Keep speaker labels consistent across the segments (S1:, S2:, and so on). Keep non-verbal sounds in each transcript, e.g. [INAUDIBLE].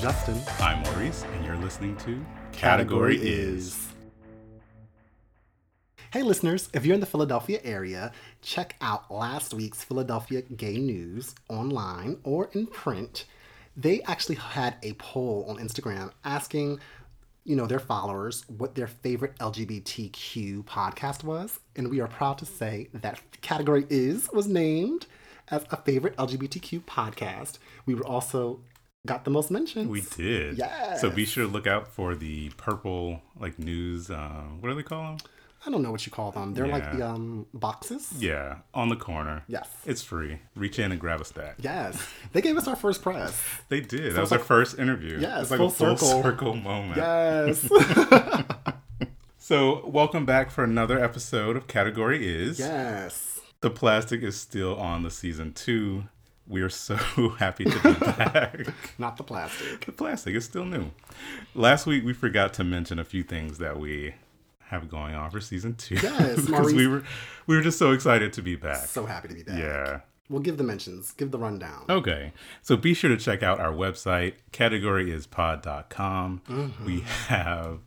S1: Justin.
S2: I'm Maurice, and you're listening to
S1: Category Is. Hey, listeners, if you're in the Philadelphia area, check out last week's Philadelphia Gay News online or in print. They actually had a poll on Instagram asking, you know, their followers what their favorite LGBTQ podcast was, and we are proud to say that Category Is was named as a favorite LGBTQ podcast. We were also got the most mentions.
S2: We did.
S1: Yes.
S2: So be sure to look out for the purple like news. Uh, what do they call them?
S1: I don't know what you call them. They're like
S2: Yeah.
S1: the um boxes.
S2: Yeah, on the corner.
S1: Yes.
S2: It's free. Reach in and grab a stack.
S1: Yes. They gave us our first press.
S2: [LAUGHS] They did. that was
S1: like-
S2: our first interview.
S1: Yeah,
S2: it's like
S1: full
S2: a full
S1: circle.
S2: circle, moment.
S1: Yes.
S2: So welcome back for another episode of Category Is.
S1: yes.
S2: The plastic is still on the season two. We are so [LAUGHS] happy to
S1: [LAUGHS]
S2: be back.
S1: Not the plastic.
S2: the plastic is still new. Last week we forgot to mention a few things that we have going on for season two.
S1: Yes,
S2: [LAUGHS] because
S1: Maurice-
S2: we were we were just so excited to be back.
S1: So happy to be back.
S2: yeah.
S1: We'll give the mentions, give the rundown.
S2: Okay. So be sure to check out our website, categoryispod.com.
S1: Mm-hmm.
S2: We have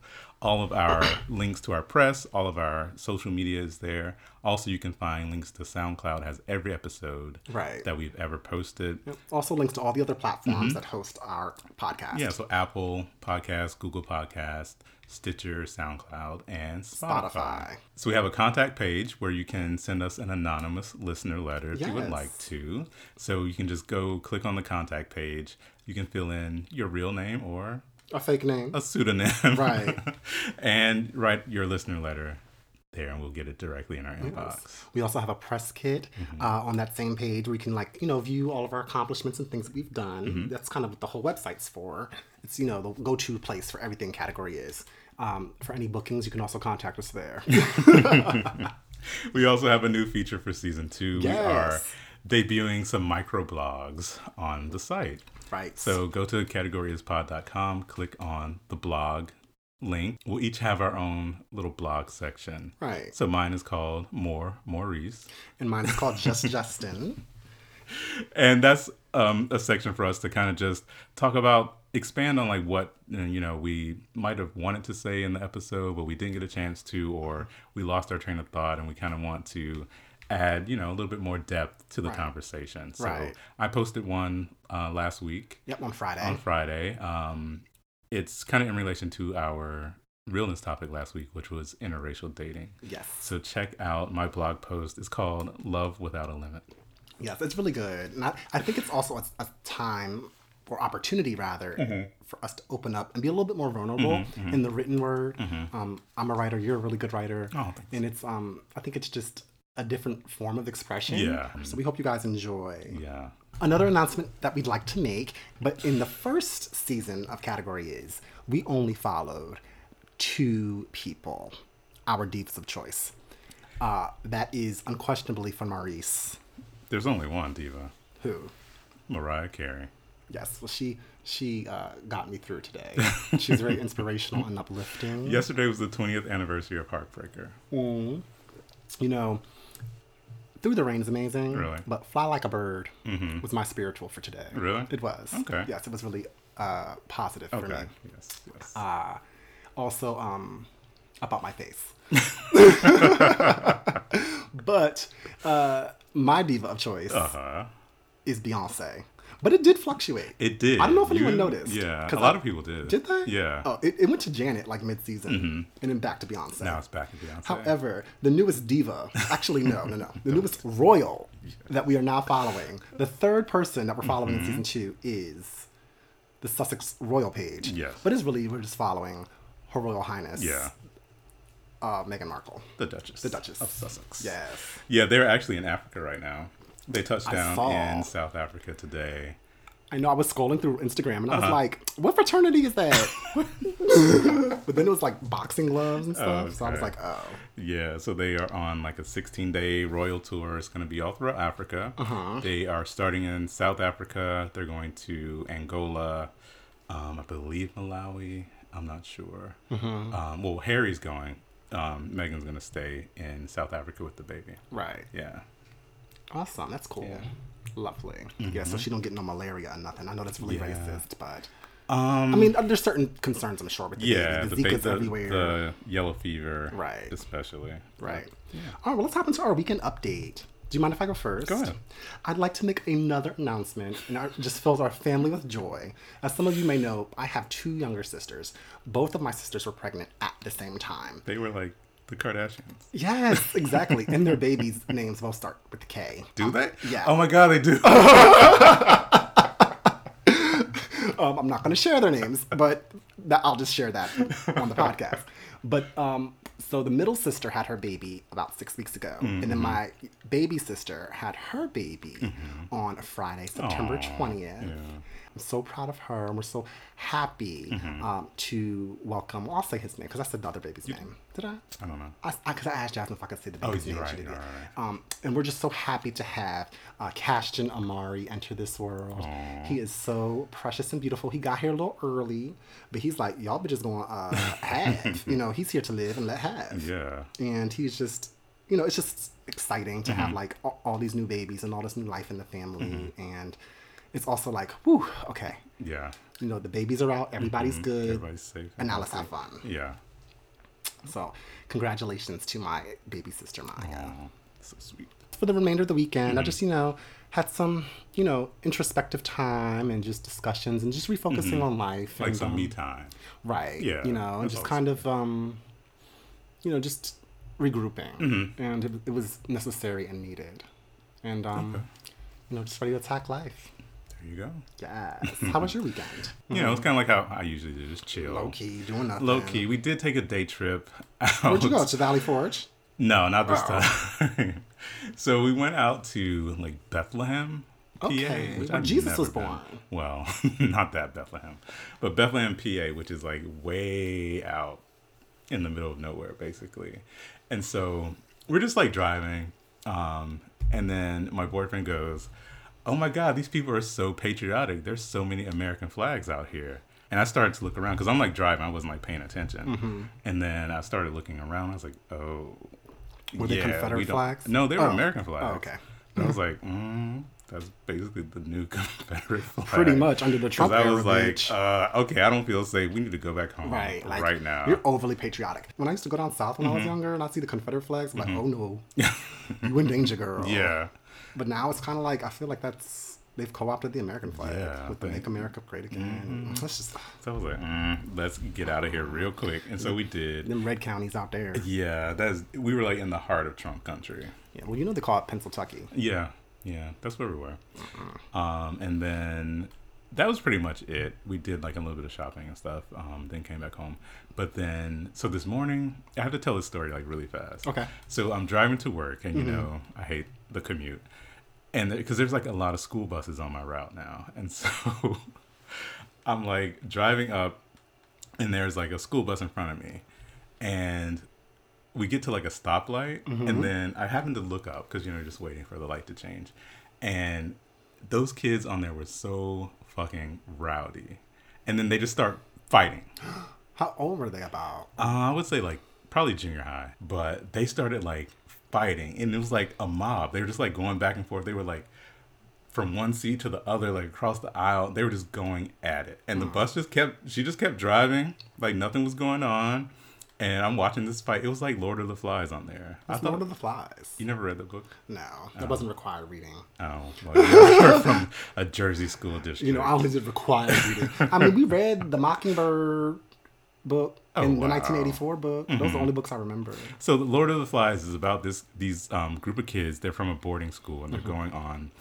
S2: all of our [COUGHS] links to our press, all of our social media is there. Also, you can find links to SoundCloud has every episode
S1: Right.
S2: that we've ever posted.
S1: Also links to all the other platforms that host our podcast.
S2: Mm-hmm. Yeah, so Apple Podcast, Google Podcast, Stitcher, SoundCloud, and Spotify.
S1: Spotify.
S2: So we have a contact page where you can send us an anonymous listener letter if you would
S1: Yes.
S2: like to. So you can just go click on the contact page. You can fill in your real name or
S1: A fake name.
S2: a pseudonym. [LAUGHS]
S1: Right.
S2: and write your listener letter there and we'll get it directly in our inbox.
S1: We also have a press kit
S2: Mm-hmm.
S1: uh, on that same page where you can like you know view all of our accomplishments and things that we've done.
S2: Mm-hmm.
S1: That's kind of what the whole website's for. It's you know the go-to place for everything category is. Um, for any bookings, you can also contact us there.
S2: We also have a new feature for season two.
S1: Yes.
S2: We are debuting some micro blogs on the site.
S1: right.
S2: So go to categoryispod.com, click on the blog link. We'll each have our own little blog section.
S1: Right.
S2: So mine is called More Maurice.
S1: and mine's called
S2: [LAUGHS]
S1: Just Justin.
S2: And that's um, a section for us to kind of just talk about, expand on like what, you know, we might have wanted to say in the episode, but we didn't get a chance to, or we lost our train of thought and we kind of want to add, you know, a little bit more depth to the conversation. So
S1: Right.
S2: I posted one uh, last week.
S1: Yep, on Friday.
S2: on Friday. Um, it's kind of in relation to our realness topic last week, which was interracial dating.
S1: yes,
S2: So check out my blog post. It's called "Love Without a Limit."
S1: yes, it's really good. And I, I think it's also a, a time or opportunity rather
S2: Mm-hmm.
S1: for us to open up and be a little bit more vulnerable in the written word. Um, I'm a writer. You're a really good writer.
S2: Mm-hmm. Oh, thanks.
S1: and it's um, I think it's just a different form of expression.
S2: Yeah.
S1: So we hope you guys enjoy.
S2: Yeah,
S1: Another announcement that we'd like to make, but in the first season of Category Is, we only followed two people, our deeps of choice. Uh, that is unquestionably for Maurice,
S2: there's only one diva,
S1: who,
S2: Mariah Carey.
S1: yes, well, she she uh, got me through
S2: [LAUGHS]
S1: today. She's very inspirational and uplifting. Mm-hmm.
S2: Yesterday was the 20th anniversary of Heartbreaker.
S1: You know, Through the Rain is amazing,
S2: Really? Mm-hmm.
S1: but Fly Like a Bird was my spiritual for today.
S2: Really?
S1: It was.
S2: Okay.
S1: Yes, it was really uh, positive for
S2: Okay.
S1: me.
S2: Yes. yes.
S1: uh, also um, about my
S2: [LAUGHS]
S1: face. [LAUGHS] but uh, my diva of choice
S2: uh-huh.
S1: is Beyonce. But it did fluctuate.
S2: It did.
S1: I don't know if anyone
S2: You-
S1: noticed.
S2: Yeah, a
S1: 'cause
S2: lot
S1: I-
S2: of people did.
S1: Did they?
S2: Yeah. Mm-hmm.
S1: Oh, it, it went to Janet like mid-season, and then back to Beyonce.
S2: Now it's back to Beyonce.
S1: However, the newest diva, actually, no, no, no.
S2: [LAUGHS]
S1: The newest royal that we are now following, the third person that we're following
S2: Mm-hmm.
S1: in season two is the Sussex royal page.
S2: Yes.
S1: But it's really, we're just following Her Royal Highness,
S2: yeah,
S1: uh, Meghan Markle.
S2: the Duchess.
S1: The Duchess.
S2: of Sussex.
S1: Yes.
S2: Yeah, they're actually in Africa right now. They touched
S1: I
S2: down
S1: saw.
S2: in South Africa today.
S1: I know I was scrolling through Instagram and I was like, what fraternity is that? [LAUGHS] but then it was like boxing gloves and stuff. So I was
S2: Okay.
S1: like, oh.
S2: Yeah, so they are on like a 16 day royal tour. It's going to be all throughout Africa.
S1: Uh-huh.
S2: They are starting in South Africa. They're going to Angola, um, I believe Malawi. I'm not sure.
S1: Mm-hmm.
S2: Um, well, Harry's going. Um, Megan's going to stay in South Africa with the baby.
S1: Right.
S2: Yeah.
S1: Awesome. That's cool. Lovely. Yeah, so she don't get no malaria or nothing. I know that's really
S2: Yeah.
S1: racist, but Um, I mean, there's certain concerns, I'm sure, but the
S2: Yeah,
S1: baby,
S2: the,
S1: the
S2: big,
S1: Zika's
S2: the,
S1: everywhere.
S2: the yellow fever,
S1: Right.
S2: Especially,
S1: Right. All right, well, let's hop into our weekend update. Do you mind if I go first?
S2: Go ahead.
S1: I'd like to make another announcement, and it just fills our family with joy. As some of you may know, I have two younger sisters. Both of my sisters were pregnant at the same time.
S2: they were like the Kardashians.
S1: Yes, exactly. and their babies' [LAUGHS] names both start with the K.
S2: Do they?
S1: yeah.
S2: Oh my God, they
S1: [LAUGHS]
S2: do. [LAUGHS]
S1: Um, I'm not going to share their names, but that, I'll just share that on the podcast. But um, so the middle sister had her baby about six weeks ago, and then
S2: Mm-hmm.
S1: my baby sister had her baby on Friday, September
S2: Aw,
S1: twentieth. I'm so proud of her, and we're so happy
S2: Mm-hmm.
S1: um, to welcome. Well, I'll say his name because I said the other baby's name. Did I?
S2: I don't know. Oh,
S1: Because I, 'cause I asked Jasmine if I could say the baby's
S2: you're
S1: name.
S2: right,
S1: she did
S2: you're
S1: it.
S2: right.
S1: Um, and we're just so happy to have uh, Cashton Amari enter this world. He is so precious and beautiful. He got here a little early, but he's like, y'all bitches gonna
S2: [LAUGHS]
S1: uh, have. you know, he's here to live and let have.
S2: Yeah.
S1: And he's just, you know, it's just exciting to
S2: Mm-hmm.
S1: have like all, all these new babies and all this new life in the family. And it's also like, whew, okay,
S2: Yeah.
S1: you know, the babies are out, everybody's good,
S2: Mm-hmm. Everybody's safe.
S1: and now let's have fun.
S2: Yeah.
S1: So, congratulations to my baby sister, Maya.
S2: Aw, so sweet.
S1: for the remainder of the weekend, I just, you know, had some, you know, introspective time and just discussions and just refocusing on life.
S2: Like
S1: and,
S2: some
S1: um,
S2: me time.
S1: Right.
S2: Yeah,
S1: You know, and
S2: that's
S1: just
S2: always
S1: kind of, um, you know, just regrouping. And it, it was necessary and needed. And, um, you know, just ready to attack life.
S2: There you go.
S1: Yes. How was your weekend?
S2: You know, it's kind of like how I usually do, just chill.
S1: Low key, doing nothing.
S2: Low key. We did take a day trip.
S1: Where'd you
S2: out.
S1: go? To Valley Forge?
S2: No, not this time. [LAUGHS] so we went out to like Bethlehem, PA,
S1: Okay,
S2: which
S1: where
S2: I've
S1: Jesus
S2: never
S1: was
S2: been.
S1: born.
S2: Well, [LAUGHS] not that Bethlehem, but Bethlehem, PA, which is like way out in the middle of nowhere, basically. And so we're just like driving, um, and then my boyfriend goes, "Oh my God, these people are so patriotic. There's so many American flags out here." And I started to look around because I'm like driving. I wasn't like paying attention.
S1: Mm-hmm.
S2: And then I started looking around. I was like, "Oh."
S1: Were they Confederate
S2: we don't-
S1: flags?
S2: No, they were
S1: Oh.
S2: American flags.
S1: Oh, okay. [LAUGHS]
S2: And I was like, mm, that's basically the new [LAUGHS] Confederate flag.
S1: Pretty much under the
S2: 'Cause
S1: Trump
S2: I
S1: era,
S2: was like,
S1: bitch.
S2: uh, okay, I don't feel safe. We need to go back home right,
S1: Right, like,
S2: now. Mm-hmm.
S1: You're overly patriotic. When I used to go down south when I was younger and I'd see the Confederate flags, I'm like, oh no,
S2: [LAUGHS]
S1: you in danger, girl.
S2: yeah.
S1: But now it's kind of like, I feel like that's, they've co opted the American flag
S2: Yeah, I
S1: with the
S2: think- Mm-hmm.
S1: Make America Great Again. That's just
S2: So I was like, mm, let's get out of here real quick. And so we did.
S1: them red counties out there.
S2: Yeah, that's we were like in the heart of Trump country.
S1: Yeah, well, you know they call it Pennsylvania.
S2: Yeah, yeah, that's where we were. Um, and then that was pretty much it. We did like a little bit of shopping and stuff. Um, then came back home. But then, so this morning, I have to tell this story like really fast.
S1: Okay.
S2: So I'm driving to work, and you know, I hate the commute, and because there's like a lot of school buses on my route now, [LAUGHS] and so I'm like driving up, and there's like a school bus in front of me, and we get to like a stoplight and then i happen to look up because you know just waiting for the light to change and those kids on there were so fucking rowdy and then they just start fighting
S1: How old were they about?
S2: uh, i would say like probably junior high but they started like fighting and it was like a mob they were just like going back and forth they were like from one seat to the other like across the aisle they were just going at it and the bus just kept she just kept driving like nothing was going on and i'm watching this fight it was like lord of the flies on there i
S1: It's
S2: thought
S1: Lord of the Flies.
S2: you never read the book?
S1: No, that wasn't required reading.
S2: Oh, well, you're from a Jersey school district.
S1: You know, I only did required reading. I mean, we read the Mockingbird book and the
S2: Oh, wow. Mm-hmm.
S1: 1984 book. Those are the only books I remember.
S2: so, The Lord of the Flies is about this these um, group of kids. They're from a boarding school and
S1: Mm-hmm.
S2: they're going on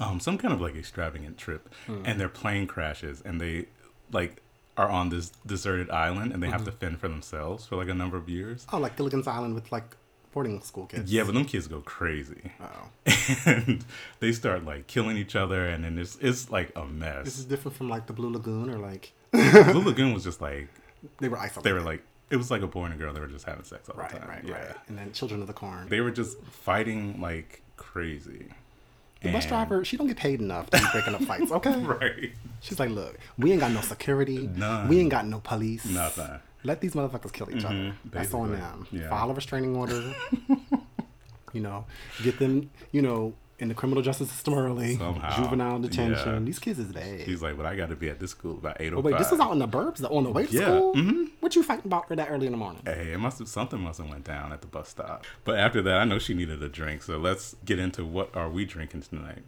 S2: um, some kind of like extravagant trip,
S1: Mm.
S2: and their plane crashes, and they like are on this deserted island, and they
S1: Mm-hmm.
S2: have to fend for themselves for like a number of years.
S1: Oh, like Gilligan's Island with like boarding school kids.
S2: Yeah, but them kids go crazy,
S1: Oh.
S2: [LAUGHS] and they start like killing each other, and then it's it's like a
S1: This [LAUGHS] is
S2: mess.
S1: different from like the Blue Lagoon or like
S2: Blue Lagoon was just like
S1: they were
S2: they
S1: isolated.
S2: were like it was like a boy and a girl. They were just having sex all the
S1: right,
S2: time.
S1: right, right. And then Children of the Corn.
S2: They were just fighting like crazy.
S1: the bus
S2: And-
S1: driver, she don't get paid enough to be breaking up fights, okay?
S2: [LAUGHS] Right.
S1: She's like, look, we ain't got no security.
S2: None.
S1: We ain't got no police.
S2: Nothing. Mm-hmm.
S1: Let these motherfuckers kill each other. That's on
S2: basically.
S1: them.
S2: Yeah. [LAUGHS]
S1: File a restraining order. you know, get them, you know, in the criminal justice system early.
S2: Somehow.
S1: Juvenile detention.
S2: Yeah.
S1: These kids is bad.
S2: He's like, but I got to be at this school by eight oh
S1: Oh,
S2: five.
S1: wait, this is out in the burbs though, on the way to
S2: Yeah,
S1: school? Mm-hmm. What you fighting about for that early in the morning?
S2: Hey, it must have something must have went down at the bus stop. But after that, I know she needed a drink, so let's get into what are we drinking tonight?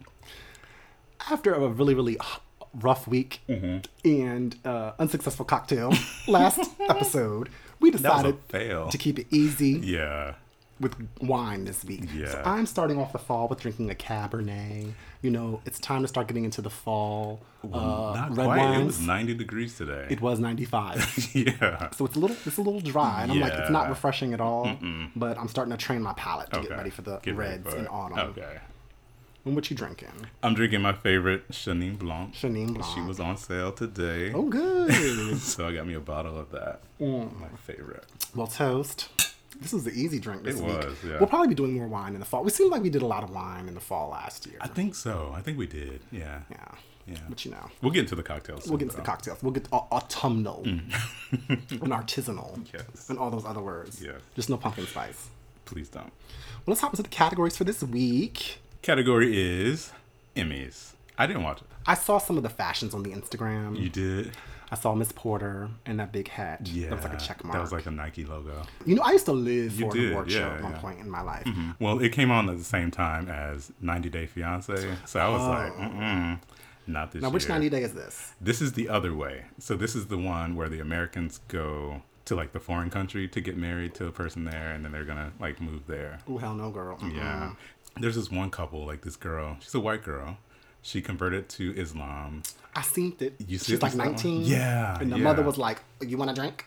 S1: After a really, really h- rough week
S2: Mm-hmm.
S1: and uh, unsuccessful
S2: [LAUGHS]
S1: cocktail last episode, we
S2: That was
S1: decided
S2: a fail.
S1: to keep it easy
S2: Yeah,
S1: with wine this week. So
S2: Yeah.
S1: I'm starting off the fall with drinking a Cabernet. You know, it's time to start getting into the fall. uh,
S2: not
S1: red
S2: quite.
S1: wines.
S2: It was ninety degrees today.
S1: 95.
S2: [LAUGHS] yeah,
S1: So it's a little, it's a little dry, and I'm like, it's not
S2: Yeah.
S1: refreshing at all. But I'm starting to train my palate to get
S2: Okay.
S1: ready for the
S2: Get ready
S1: reds
S2: for
S1: in
S2: it.
S1: autumn.
S2: Okay,
S1: And what you drinking?
S2: I'm drinking my favorite Chenin Blanc.
S1: Chenin Blanc.
S2: She was on sale today,
S1: Oh, Mm. good.
S2: [LAUGHS] so I got me a bottle of that. My favorite.
S1: well, toast. This was the easy drink this
S2: It
S1: week.
S2: was, yeah.
S1: We'll probably be doing more wine in the fall. We seemed like we did a lot of wine in the fall last year.
S2: I think so. I think we did. Yeah.
S1: yeah.
S2: Yeah.
S1: But you know,
S2: We'll get into the cocktails.
S1: we'll get into the cocktails. We'll get to au- autumnal [LAUGHS] and artisanal
S2: Yes.
S1: and all those other words.
S2: Yes.
S1: Just no pumpkin spice.
S2: Please don't.
S1: Well, let's hop into the categories for this week.
S2: Category is Emmys. I didn't watch it.
S1: I saw some of the fashions on the Instagram.
S2: You did?
S1: I saw Miss Porter and that big hat.
S2: Yeah.
S1: That was like a check mark.
S2: That was like a Nike logo.
S1: you know, I used to live for an
S2: did,
S1: award show
S2: yeah,
S1: at one
S2: yeah. Mm-hmm.
S1: point in my life.
S2: Well, it came on at the same time as 90 Day Fiance. So I was like, mm-mm, not this
S1: Oh. Now, which
S2: year.
S1: 90 day is this?
S2: This is the other way. So this is the one where the Americans go to like the foreign country to get married to a person there and then they're going to like move there.
S1: Oh, hell no, girl. Mm-mm.
S2: Yeah. Um, There's this one couple, like this girl. She's a white girl. She converted to Islam.
S1: I seen it.
S2: You see
S1: She's
S2: it,
S1: like
S2: you saw it?
S1: 19.
S2: Yeah,
S1: And the
S2: yeah.
S1: mother was like, You want a drink?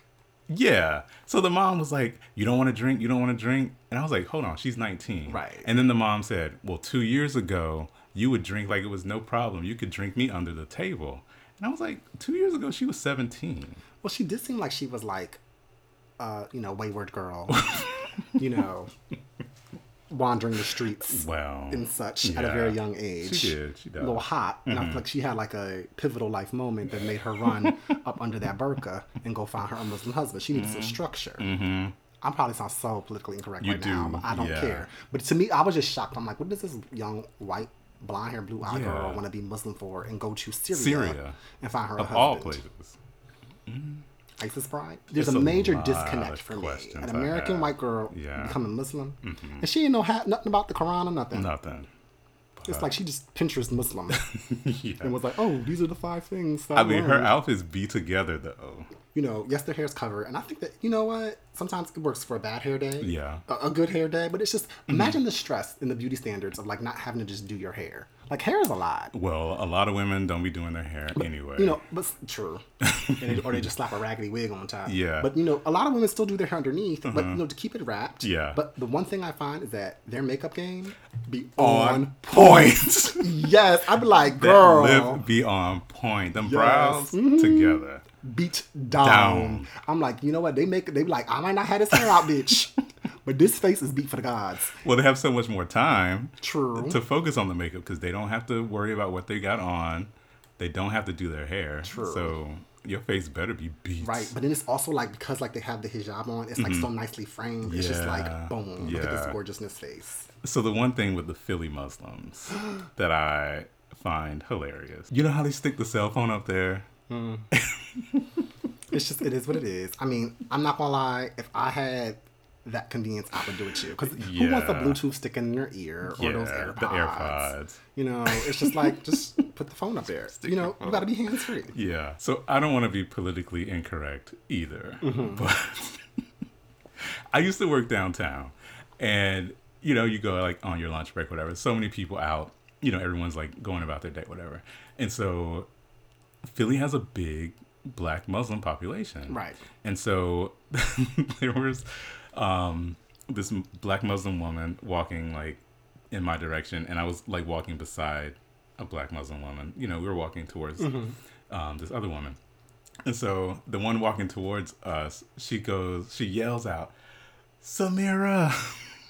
S2: Yeah. So the mom was like, You don't want to drink, you don't want to drink. And I was like, Hold on, she's 19.
S1: Right.
S2: And then the mom said, Well, two years ago, you would drink like it was no problem. You could drink me under the table. And I was like, Two years ago, she was 17.
S1: Well, she did seem like she was like, uh, you know, wayward girl,
S2: [LAUGHS]
S1: you know, wandering the streets
S2: Wow.
S1: and such at a
S2: Mm. Yeah.
S1: very young age.
S2: She did, she
S1: A little
S2: does. Mm-hmm.
S1: hot. And I feel like she had like a pivotal life moment that made her
S2: [LAUGHS]
S1: run up under that burqa and go find her Muslim husband. She needed some structure. I probably sound so politically incorrect
S2: Mm-hmm. You
S1: right now,
S2: do,
S1: but I don't
S2: yeah.
S1: care. But to me, I was just shocked. I'm like, what does this young white, blonde hair, blue eyed
S2: Yeah.
S1: girl want to be Muslim for and go to Syria,
S2: Syria.
S1: and find her a
S2: Of
S1: husband?
S2: all places.
S1: ISIS pride. There's
S2: It's
S1: a
S2: a
S1: major
S2: lot
S1: disconnect
S2: of
S1: for me.
S2: questions
S1: An
S2: I
S1: American
S2: have.
S1: white girl
S2: Yeah. Mm-hmm.
S1: becoming Muslim, and she ain't know ha- nothing about the Quran or nothing.
S2: Nothing. [LAUGHS]
S1: It's like she just Pinterest Muslim and
S2: yeah.
S1: was like, "Oh, these are the five things." That
S2: I mean, her
S1: learned."
S2: outfits be together though.
S1: You know, yes, their hair's covered, and I think that you know what. Sometimes it works for a bad hair day.
S2: Yeah. Mm-hmm.
S1: A, a good hair day, but it's just imagine the stress and the beauty standards of like not having to just do your hair. Like hair is a lot.
S2: Well, a lot of women don't be doing their hair anyway.
S1: You know, but s-
S2: [LAUGHS]
S1: true. and they, or they just slap a raggedy wig on top.
S2: Yeah. Mm-hmm.
S1: But you know, a lot of women still do their hair underneath, but you know, to keep it wrapped.
S2: Yeah.
S1: But the one thing I find is that their makeup game be on,
S2: on [LAUGHS] point.
S1: yes, I'd be like,
S2: That
S1: girl, Mm-hmm.
S2: lip be on point. Them brows together.
S1: beat down.
S2: Down.
S1: I'm like, you know what? They make they be like, I might not have this hair out,
S2: [LAUGHS]
S1: bitch, but this face is beat for the gods.
S2: Well, they have so much more time
S1: True.
S2: to focus on the makeup because they don't have to worry about what they got on. They don't have to do their hair.
S1: True.
S2: So your face better be beat.
S1: Right, but then it's also like because like they have the hijab on, it's like so nicely framed. It's just
S2: Mm-hmm. Yeah.
S1: like boom, look at this
S2: Yeah.
S1: gorgeousness face.
S2: So the one thing with the Philly
S1: [GASPS]
S2: Muslims that I find hilarious, you know how they stick the cell phone up there?
S1: It's just it is what it is. I mean, I'm not gonna lie. If I had that convenience, I would do it too. Because who wants a
S2: Yeah.
S1: Bluetooth stick in your ear or those
S2: Yeah,
S1: AirPods?
S2: the AirPods.
S1: You know, it's just like just put the phone up there.
S2: [LAUGHS]
S1: You know, you gotta be hands free.
S2: Yeah. So I don't want to be politically incorrect either. [LAUGHS] But I used to work downtown and you know, you go like on your lunch break, whatever. So many people out, you know, everyone's like going about their day, whatever. And so Philly has a big black Muslim population.
S1: Right.
S2: And so [LAUGHS] there was um, this m- black Muslim woman walking like in my direction, and I was like walking beside a black Muslim woman. You know, we were walking towards um, this other woman. And so the one walking towards us, she goes, she yells out, Samira,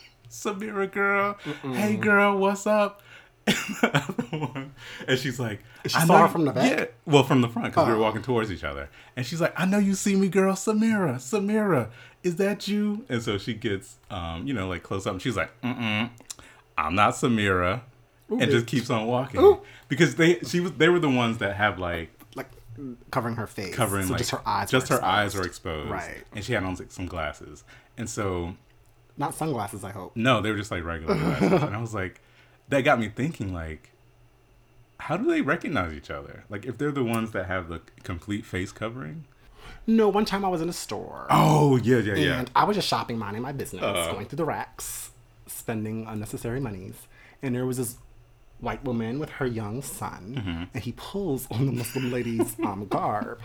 S2: [LAUGHS] Samira girl, hey girl, what's up? [LAUGHS] And the other one, and she's like,
S1: She
S2: "I
S1: saw
S2: know
S1: her
S2: you-
S1: from the back?
S2: Yeah, well, from the front because we
S1: Oh.
S2: were walking towards each other, and she's like, "I know you see me, girl, Samira, Samira, is that you?" And so she gets, um, you know, like close up, and she's like, "Mm-mm, I'm not Samira." and just keeps on walking because they she was they were the ones that have like
S1: like covering her face,
S2: covering
S1: so
S2: like
S1: just her eyes,
S2: just
S1: were
S2: her eyes
S1: exposed.
S2: are exposed,
S1: Right.
S2: And she had on like, some glasses, and so
S1: not sunglasses. I hope.
S2: no, they were just like
S1: [LAUGHS]
S2: regular glasses, and I was like, that got me thinking like. How do they recognize each other? Like, if they're the ones that have the complete face covering?
S1: No, one time I was in a store.
S2: Oh, yeah, yeah, yeah.
S1: And I was just shopping, minding my business, going through the racks, spending unnecessary monies. And there was this white woman with her young son, and he pulls on the Muslim lady's um, garb.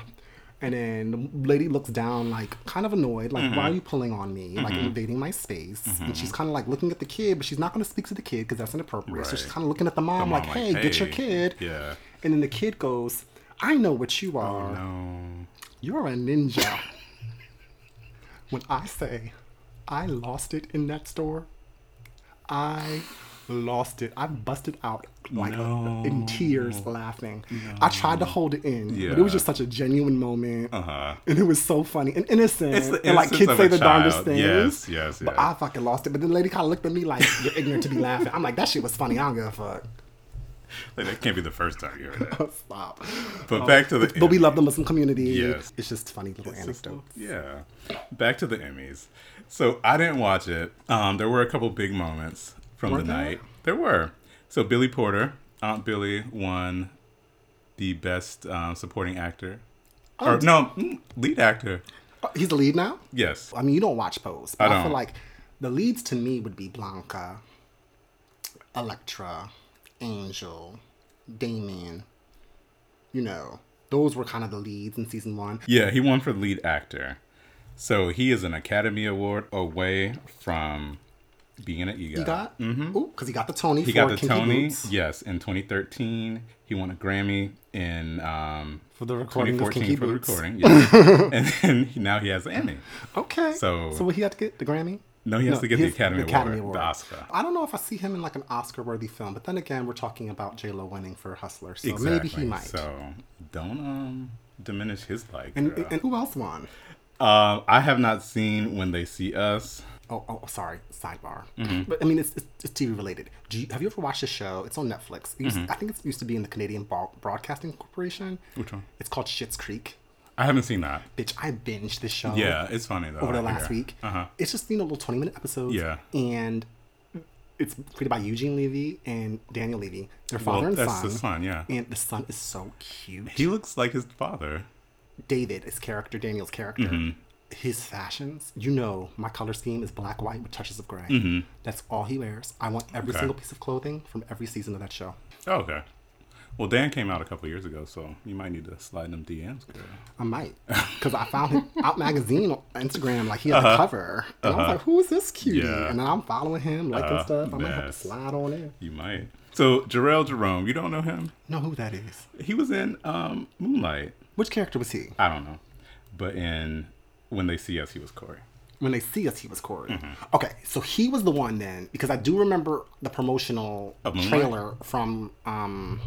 S1: And then the lady looks down, like kind of annoyed, like, why are you pulling on me? Like, invading my space. And she's kind of like looking at the kid, but she's not going to speak to the kid because that's inappropriate. So she's
S2: Right.
S1: kind of looking at the mom,
S2: I'm
S1: like, hey, get your kid.
S2: Yeah.
S1: And then the kid goes, I know what you are.
S2: No.
S1: You're a ninja. [LAUGHS] when I say I lost it in that store, I lost it. I busted out like
S2: No.
S1: in tears laughing. I tried to hold it in, but it was
S2: Yeah.
S1: just such a genuine moment.
S2: Uh-huh.
S1: And it was so funny and innocent.
S2: It's the
S1: and like
S2: innocence
S1: kids
S2: of
S1: say
S2: a
S1: the darndest
S2: child.
S1: things.
S2: Yes, yes,
S1: But
S2: yes.
S1: I fucking lost it. But then the lady kind of looked at me like, you're ignorant to be laughing. I'm like, that shit was funny. I don't give a fuck. [LAUGHS]
S2: Like, that can't be the first time you heard that.
S1: Stop.
S2: But back to the
S1: But we
S2: Emmy-
S1: love the Muslim community.
S2: Yes.
S1: It's just funny little anecdotes.
S2: Yeah. Back to the Emmys. So I didn't watch it. Um, there were a couple big moments from
S1: Were
S2: the
S1: there?
S2: night. There were. So Billy Porter, Aunt Billy won the best um, supporting actor. or no, mm, lead actor.
S1: Oh, He's the lead now?
S2: Yes.
S1: I mean, you don't watch Pose, but I,
S2: I
S1: feel
S2: don't.
S1: like the leads to me would be Blanca, Electra, Angel, Damon. You know, those were kind of the leads in season one.
S2: Yeah, he won for lead actor. So he is an Academy Award away from being an EGOT.
S1: He got, ooh, because he got the Tony.
S2: Mm-hmm. He
S1: for
S2: got the
S1: Kinky
S2: Tony,
S1: Boots,
S2: yes, in 2013. He won a Grammy in um,
S1: for the recording of
S2: 2014
S1: Kinky
S2: for the
S1: Boots.
S2: recording, yes.
S1: [LAUGHS]
S2: and then he- now he has an Emmy.
S1: Okay.
S2: So-
S1: so what he had to get the Grammy.
S2: No, he has to get the
S1: has
S2: Academy Award, the Oscar.
S1: I don't know if I see him in like an Oscar-worthy film, but then again, we're talking about J Lo winning for Hustler, so maybe he might.
S2: So don't um, diminish his like.
S1: and,
S2: girl.
S1: and who else won?
S2: Uh, I have not seen When They See Us.
S1: Oh, oh, oh, sorry. Sidebar.
S2: Mm-hmm.
S1: But I mean, it's, it's, it's TV related. Do you, have you ever watched a show? It's on Netflix. It used- I think it used to be in the Canadian Bo- Broadcasting Corporation.
S2: Mm-hmm. Which one?
S1: It's called Shit's Creek.
S2: I haven't seen that.
S1: Bitch, I binged this show
S2: Yeah, it's funny though.
S1: Oh. over the
S2: I
S1: last
S2: figure.
S1: week.
S2: Uh-huh.
S1: It's just you know little twenty minute episodes.
S2: Yeah.
S1: and it's created by Eugene Levy and Daniel Levy. They're father
S2: Well,
S1: and
S2: that's
S1: son.
S2: his son, yeah.
S1: And the son is so cute.
S2: He looks like his father.
S1: David, his character, Daniel's character,
S2: Mm-hmm.
S1: his fashions, you know, my color scheme is black, white with touches of gray. That's all he wears. I want every
S2: Mm-hmm. Okay.
S1: single piece of clothing from every season of that show.
S2: Oh, okay. Well, Dan came out a couple years ago, so you might need to slide them DMs, girl.
S1: I
S2: [LAUGHS]
S1: might, because I found him out magazine on Instagram. Like he had a cover, and I was like, "Who is this cutie?"
S2: Uh-huh. Yeah.
S1: And I'm following him, liking
S2: Uh,
S1: stuff. I might have to
S2: yes.
S1: slide on in.
S2: You might. So Jarrell Jerome, you don't know him?
S1: Know who that is?
S2: He was in um, Moonlight.
S1: Which character was he?
S2: I don't know, but in When They See Us, he was Corey.
S1: when they see us, he was Corey.
S2: Mm-hmm.
S1: Okay, so he was the one then, because I do remember the promotional
S2: Moonlight?
S1: trailer from um,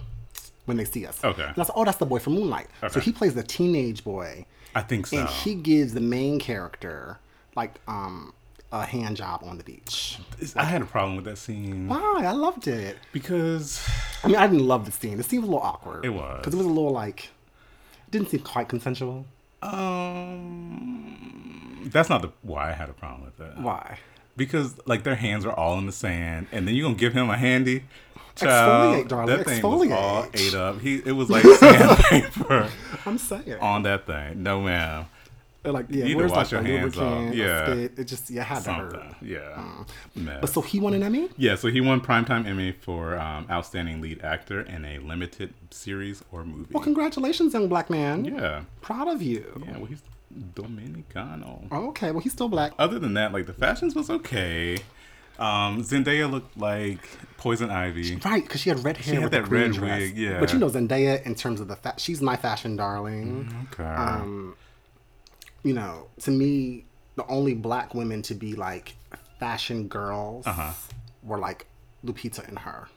S1: when they see us.
S2: Okay.
S1: and I said, oh, that's the boy from Moonlight. So
S2: Okay.
S1: he plays the teenage boy,
S2: I think so.
S1: and he gives the main character like um, a hand job on the beach.
S2: I had a problem with that scene
S1: Why? I loved it.
S2: because
S1: I mean, I didn't love the scene. The scene was a little awkward.
S2: It was.
S1: because it was a little like didn't seem quite consensual.
S2: um, that's not the why I had a problem with that.
S1: Why?
S2: Because like their hands are all in the sand, and then you gonna give him a handy.
S1: Exfoliate, darling,
S2: That thing was all
S1: exfoliate.
S2: ate up. He it
S1: [LAUGHS]
S2: was like sandpaper
S1: I'm saying.
S2: on that thing. No ma'am.
S1: like yeah,
S2: Oh, need to
S1: where's like
S2: wash
S1: the
S2: your hands off.
S1: lubricant?
S2: Yeah.
S1: Yeah, it just yeah, it had to hurt.
S2: Something. Yeah. Mess.
S1: But so he won an Emmy?
S2: Yeah, so he won Primetime Emmy for um, Outstanding Lead Actor in a Limited Series or Movie.
S1: Well, congratulations, young black man.
S2: Yeah.
S1: Proud of you.
S2: Yeah, well, he's Dominicano.
S1: Okay, well, he's still black.
S2: Other than that, like, the fashions was okay. Um, Zendaya looked like Poison Ivy.
S1: Right, because she had red hair
S2: had
S1: with
S2: that
S1: the green
S2: red
S1: dress.
S2: wig, yeah.
S1: But you know Zendaya in terms of the fa- she's my fashion darling.
S2: Okay.
S1: You know, to me, the only black women to be like fashion girls
S2: Uh-huh.
S1: were like Lupita and her,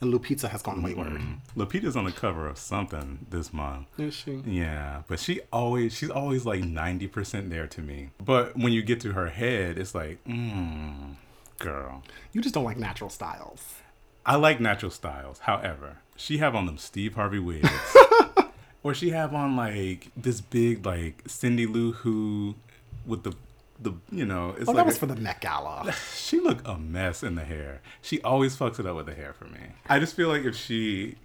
S1: and Lupita has gone
S2: Mm-hmm.
S1: wayward.
S2: Lupita's on the cover of something this month.
S1: Is she?
S2: Mm-hmm. Yeah, but she always she's always like ninety percent there to me. But when you get to her head, it's like, mm, girl.
S1: You just don't like natural styles.
S2: I like natural styles. However, she have on them Steve
S1: [LAUGHS]
S2: Harvey wigs, or she have on like this big like Cindy Lou Who with the the you know it's
S1: Oh,
S2: like
S1: that was
S2: a-
S1: for the Met
S2: [LAUGHS]
S1: Gala.
S2: she look a mess in the hair. She always fucks it up with the hair for me. I just feel like if she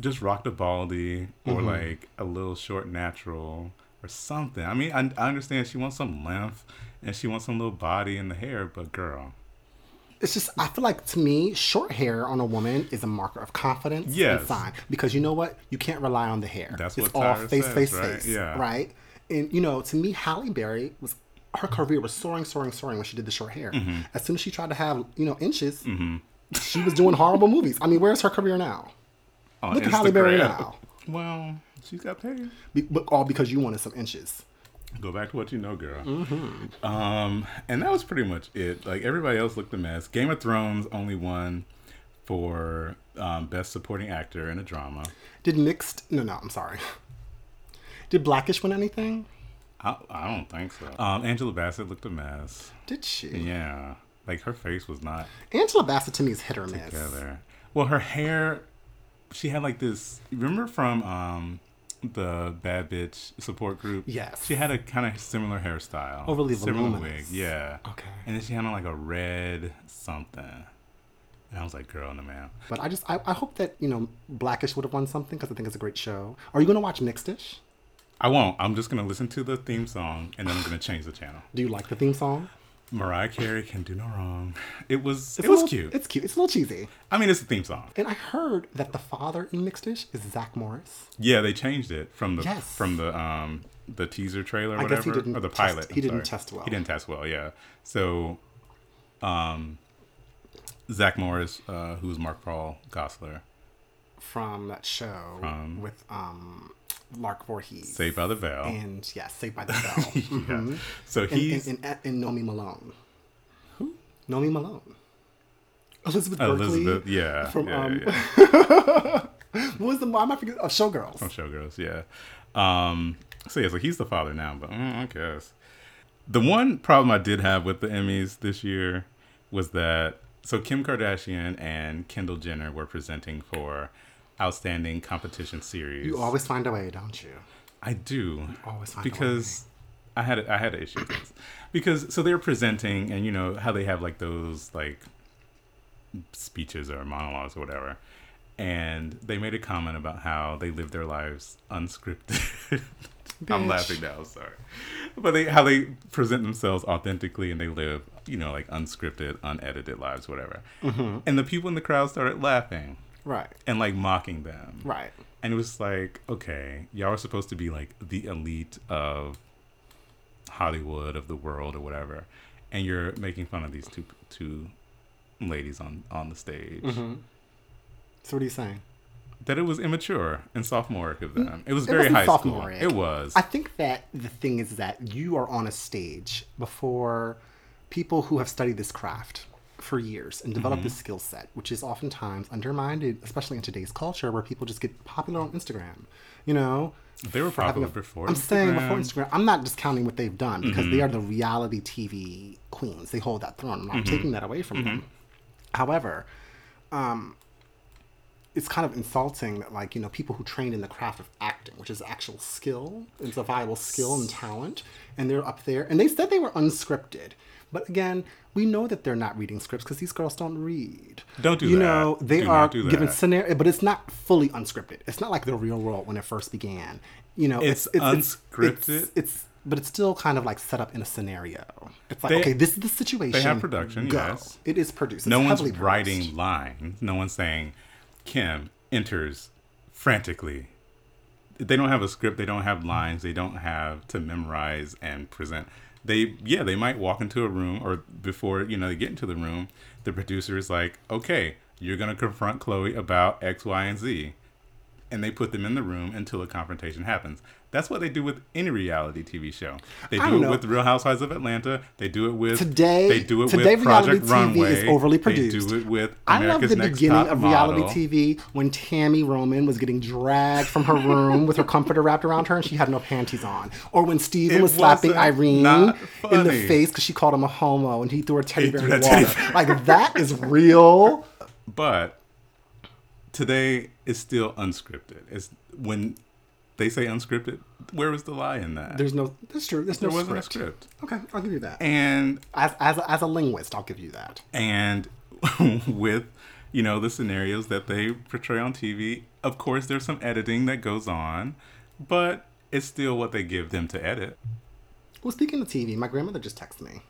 S2: just rocked a baldy or
S1: Mm-hmm.
S2: like a little short natural or something. I mean, I, I understand she wants some length and she wants some little body in the hair, but girl,
S1: It's just I feel like to me, short hair on a woman is a marker of confidence
S2: Yes.
S1: and sign because you know what? You can't rely on the hair.
S2: That's
S1: it's
S2: what
S1: all
S2: Tyra
S1: face,
S2: says,
S1: face,
S2: right?
S1: face.
S2: Yeah.
S1: Right. And you know, to me, Halle Berry was her career was soaring, soaring, soaring when she did the short hair.
S2: Mm-hmm.
S1: As soon as she tried to have you know inches, she was doing horrible movies. I mean, where's her career now?
S2: on
S1: Look at Halle Berry
S2: Instagram-
S1: now.
S2: Well, she's got paid.
S1: Be- but all because you wanted some inches.
S2: Go back to what you know, girl.
S1: Mm-hmm.
S2: Um, and that was pretty much it. Like everybody else looked a mess. Game of Thrones only won for um, best supporting actor in a drama.
S1: Did mixed? No, no. I'm sorry. [LAUGHS] Did Blackish win anything?
S2: I, I don't think so. Um, Angela Bassett looked a mess.
S1: Did she?
S2: Yeah, like her face was not
S1: Angela Bassett to me is hit or miss.
S2: together. Well, her hair, she had like this. Remember from um, the Bad Bitch support group?
S1: Yes.
S2: She had a kind of similar hairstyle.
S1: Overly
S2: similar wig.
S1: voluminous.
S2: Yeah.
S1: Okay.
S2: And then she had on like a red something. And I was like, girl, no man.
S1: But I just I, I hope that you know Blackish would have won something because I think it's a great show. Are you gonna watch Mixedish?
S2: I won't. I'm just gonna listen to the theme song and then I'm gonna change the channel.
S1: Do you like the theme song?
S2: Mariah Carey can do no wrong. It was
S1: It's
S2: it
S1: a
S2: was
S1: little-
S2: cute.
S1: It's cute. It's a little cheesy.
S2: I mean, it's a theme song.
S1: And I heard that the father in Mixedish is Zach Morris.
S2: Yeah, they changed it from the
S1: Yes.
S2: from the um the teaser trailer, or
S1: I
S2: whatever,
S1: guess he didn't
S2: or the
S1: test-
S2: pilot.
S1: he
S2: I'm
S1: didn't test well.
S2: He didn't test well. Yeah. So, um, Zach Morris, uh, who's Mark Paul Gossler,
S1: from that show with um Lark Voorhees
S2: Saved by the Bell.
S1: and yeah, Saved
S2: [LAUGHS]
S1: by the Bell.
S2: yeah. So
S1: and,
S2: he's
S1: and, and, and Nomi Malone. Who? Nomi Malone. Elizabeth Berkley.
S2: Elizabeth. Yeah.
S1: from,
S2: yeah,
S1: um,
S2: yeah, yeah.
S1: What was the? I might forget. Oh, Showgirls.
S2: from Showgirls, yeah. Um, so yeah, so he's the father now, but mm, I guess the one problem I did have with the Emmys this year was that so Kim Kardashian and Kendall Jenner were presenting for outstanding competition series.
S1: You always find a way, don't you?
S2: I do
S1: always find a way.
S2: because I had I had an issue with this because so they're presenting and you know how they have like those like speeches or monologues or whatever, and they made a comment about how they live their lives unscripted. [LAUGHS] I'm
S1: Bitch.
S2: laughing now. I'm sorry, but they how they present themselves authentically and they live you know like unscripted, unedited lives, whatever.
S1: Mm-hmm.
S2: And the people in the crowd started laughing
S1: Right.
S2: and like mocking them,
S1: Right.
S2: and it was like, okay, y'all are supposed to be like the elite of Hollywood of the world or whatever, and you're making fun of these two two ladies on on the stage.
S1: Mm-hmm. So what are you saying?
S2: That it was immature and sophomoric of them. It was
S1: Mm, It
S2: very
S1: wasn't
S2: high school.
S1: sophomoric.
S2: It was.
S1: I think that the thing is that you are on a stage before people who have studied this craft for years and developed this skill set, which is oftentimes undermined, especially in today's culture where people just get popular on Instagram. You know,
S2: they were
S1: for having
S2: popular
S1: a-
S2: before.
S1: I'm saying before
S2: Instagram. Mm-hmm.
S1: Instagram. I'm not discounting what they've done because they are the reality TV queens. They hold that throne. I'm not
S2: Mm-hmm.
S1: taking that away from them. However, um, it's kind of insulting that like you know people who trained in the craft of acting, which is actual skill, it's a viable skill and talent, and they're up there and they said they were unscripted. But again, we know that they're not reading scripts because these girls don't read.
S2: Don't do
S1: you
S2: that.
S1: know they
S2: Do not
S1: are
S2: do
S1: given
S2: that.
S1: scenario, but it's not fully unscripted. It's not like the real world when it first began. You know,
S2: It's
S1: It's,
S2: unscripted?
S1: it's- but it's still kind of like set up in a scenario. It's like
S2: They-
S1: okay, this is the situation.
S2: production,
S1: Go.
S2: yes.
S1: It is produced.
S2: no
S1: It's
S2: one's
S1: heavily produced.
S2: writing lines. No one's saying Kim enters frantically. They don't have a script. They don't have lines. They don't have to memorize and present. They yeah, they might walk into a room or before you know they get into the room, the producer is like, okay, you're gonna confront Chloe about X, Y, and Z, and they put them in the room until a confrontation happens. That's what they do with any reality TV show. They
S1: I
S2: do it
S1: don't know.
S2: with Real Housewives of Atlanta. They do it with
S1: Today-
S2: they do it
S1: today
S2: with Project
S1: reality TV
S2: Runway.
S1: is overly
S2: They
S1: produced.
S2: do it with
S1: I love
S2: America's
S1: the
S2: Next
S1: beginning
S2: Top
S1: of reality
S2: Model.
S1: TV when Tammy Roman was getting dragged from her room with her comforter wrapped around her and she had no panties on. Or when Steven
S2: It
S1: was slapping
S2: wasn't
S1: Irene
S2: not
S1: in the
S2: funny.
S1: face because she called him a homo and he threw a teddy
S2: He
S1: bear
S2: threw
S1: in the
S2: a teddy
S1: water. like, that is real.
S2: But today is still unscripted. It's when they say unscripted, where was the lie in that?
S1: There's no. That's true. There's no
S2: there wasn't
S1: script.
S2: a script.
S1: Okay, I'll give you that.
S2: And
S1: As as as a linguist, I'll give you that.
S2: and [LAUGHS] with you know the scenarios that they portray on TV, of course there's some editing that goes on, but it's still what they give them to edit. [LAUGHS]
S1: Well, speaking of TV, my grandmother just texted me.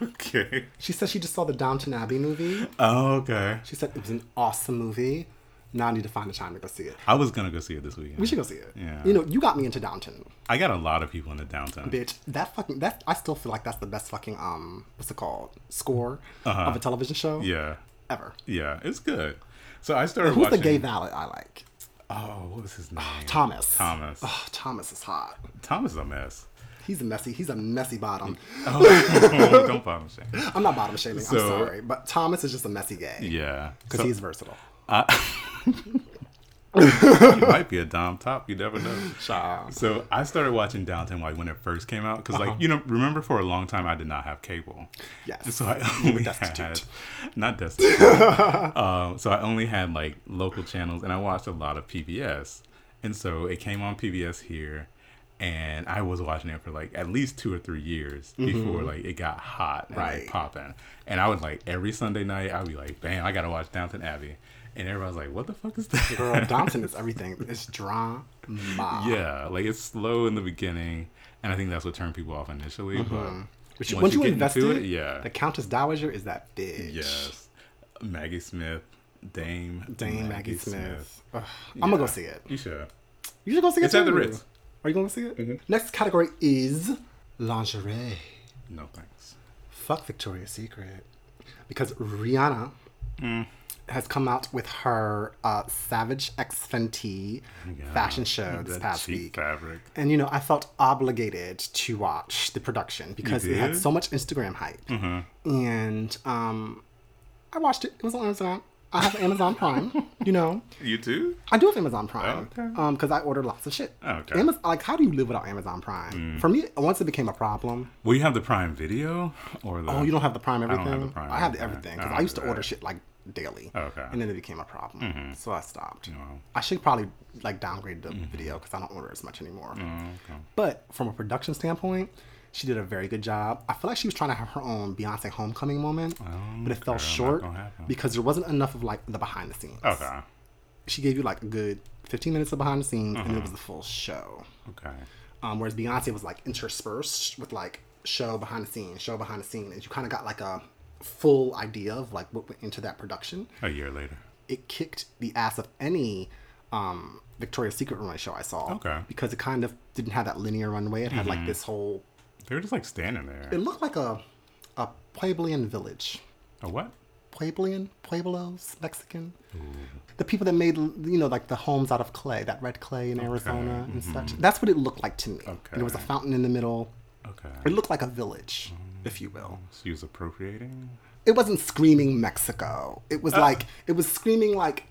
S2: Okay.
S1: She said she just saw the Downton Abbey movie.
S2: Oh, okay.
S1: She said it was an awesome movie. Now I need to find a time to go see it.
S2: I was gonna go see it this weekend.
S1: We should go see it.
S2: Yeah.
S1: You know, you got me into Downton,
S2: I got a lot of people in the downtown.
S1: bitch. That fucking that I still feel like that's the best fucking um what's it called score of a television show
S2: Uh-huh. Yeah,
S1: ever.
S2: yeah, it's good. So I started
S1: Who's
S2: watching.
S1: the gay Ah, valet I like?
S2: Oh, what was his name?
S1: Thomas.
S2: Thomas.
S1: Oh, Thomas is hot.
S2: Thomas is a mess.
S1: He's a messy. He's a messy bottom.
S2: Oh, [LAUGHS] don't bother me.
S1: I'm not bottom shaming. I'm
S2: So-
S1: sorry, but Thomas is just a messy gay [LAUGHS]
S2: Yeah,
S1: because
S2: So-
S1: he's versatile.
S2: it might be a dom top. You never know.
S1: Child.
S2: So I started watching Downton White when it first came out because, like, you know, remember for a long time I did not have cable.
S1: Uh-huh. Yes.
S2: And so I only had
S1: destitute.
S2: not destitute. [LAUGHS] um, so I only had like local channels, and I watched a lot of PBS. And so it came on PBS here, and I was watching it for like at least two or three years before like it got hot and
S1: Mm-hmm. Right.
S2: like popping. And I would like every Sunday night I'd be like, "Bam! I gotta watch Downton Abbey," and everybody's like, "What the fuck is that?"
S1: Girl, Downton is everything. It's drama.
S2: [LAUGHS] Yeah, like it's slow in the beginning, and I think that's what turned people off initially. But
S1: Mm-hmm. But you-
S2: Once
S1: once,
S2: you
S1: you,
S2: get
S1: invest
S2: into
S1: it,
S2: it, yeah.
S1: The Countess Dowager is that bitch.
S2: yes, Maggie Smith, Dame,
S1: Dame Maggie, Smith. Ugh, I'm gonna go see it.
S2: You should.
S1: You should go see it
S2: It's at the
S1: too. Mm-hmm.
S2: Ritz.
S1: Are you gonna see it? Next category is lingerie.
S2: No thanks.
S1: Fuck Victoria's Secret, because Rihanna
S2: Mm.
S1: has come out with her uh, Savage X Fenty
S2: Yeah.
S1: fashion show this
S2: That
S1: past
S2: cheap
S1: week.
S2: fabric.
S1: And you know, I felt obligated to watch the production because it had
S2: did? Mm-hmm.
S1: so much Instagram hype. And um, I watched it. It was on Amazon. I have Amazon Prime. [LAUGHS] you know,
S2: You too?
S1: I do have Amazon Prime
S2: Okay.
S1: because I order lots of shit.
S2: Okay. Mm.
S1: Amaz- like, how do you live without Amazon Prime? For me, once it became a problem.
S2: Well, you have the Prime Video or the.
S1: Oh, you don't have the Prime
S2: don't
S1: everything.
S2: have the Prime
S1: I have the
S2: everything.
S1: everything
S2: I
S1: because
S2: don't
S1: I used
S2: do
S1: to order
S2: that.
S1: shit like daily.
S2: Okay. Mm-hmm.
S1: And then it became a problem, so I stopped.
S2: Wow.
S1: I should probably like downgrade the video because I don't order as much anymore.
S2: Mm-hmm. Mm, Okay.
S1: But from a production standpoint, she did a very good job. I feel like she was trying to have her own Beyonce homecoming moment, but it
S2: girl,
S1: fell
S2: Oh, not
S1: short
S2: gonna happen.
S1: because there wasn't enough of like the behind the scenes.
S2: Okay.
S1: She gave you like a good 15 minutes of behind the scenes and it
S2: Mm-hmm.
S1: was the full show.
S2: Okay.
S1: Um, whereas Beyonce was like interspersed with like show behind the scenes, show behind the scenes, and you kind of got like a full idea of like what went into that production.
S2: A year later.
S1: It kicked the ass of any um, Victoria's Secret runway show I saw.
S2: Okay. Mm-hmm.
S1: Because it kind of didn't have that linear runway. It had like this whole
S2: They were just like standing there.
S1: it looked like a a Puebloan village.
S2: A what?
S1: Puebloan, Pueblos, Mexican. The people that made you know like the homes out of clay, that red clay in Arizona and such. That's what it looked like to me. And there was a
S2: Mm-hmm. Okay.
S1: fountain in the middle. It
S2: Okay.
S1: looked like a village,
S2: Mm.
S1: if you will.
S2: She was appropriating?
S1: It wasn't screaming Mexico. It
S2: Uh.
S1: was like it was screaming like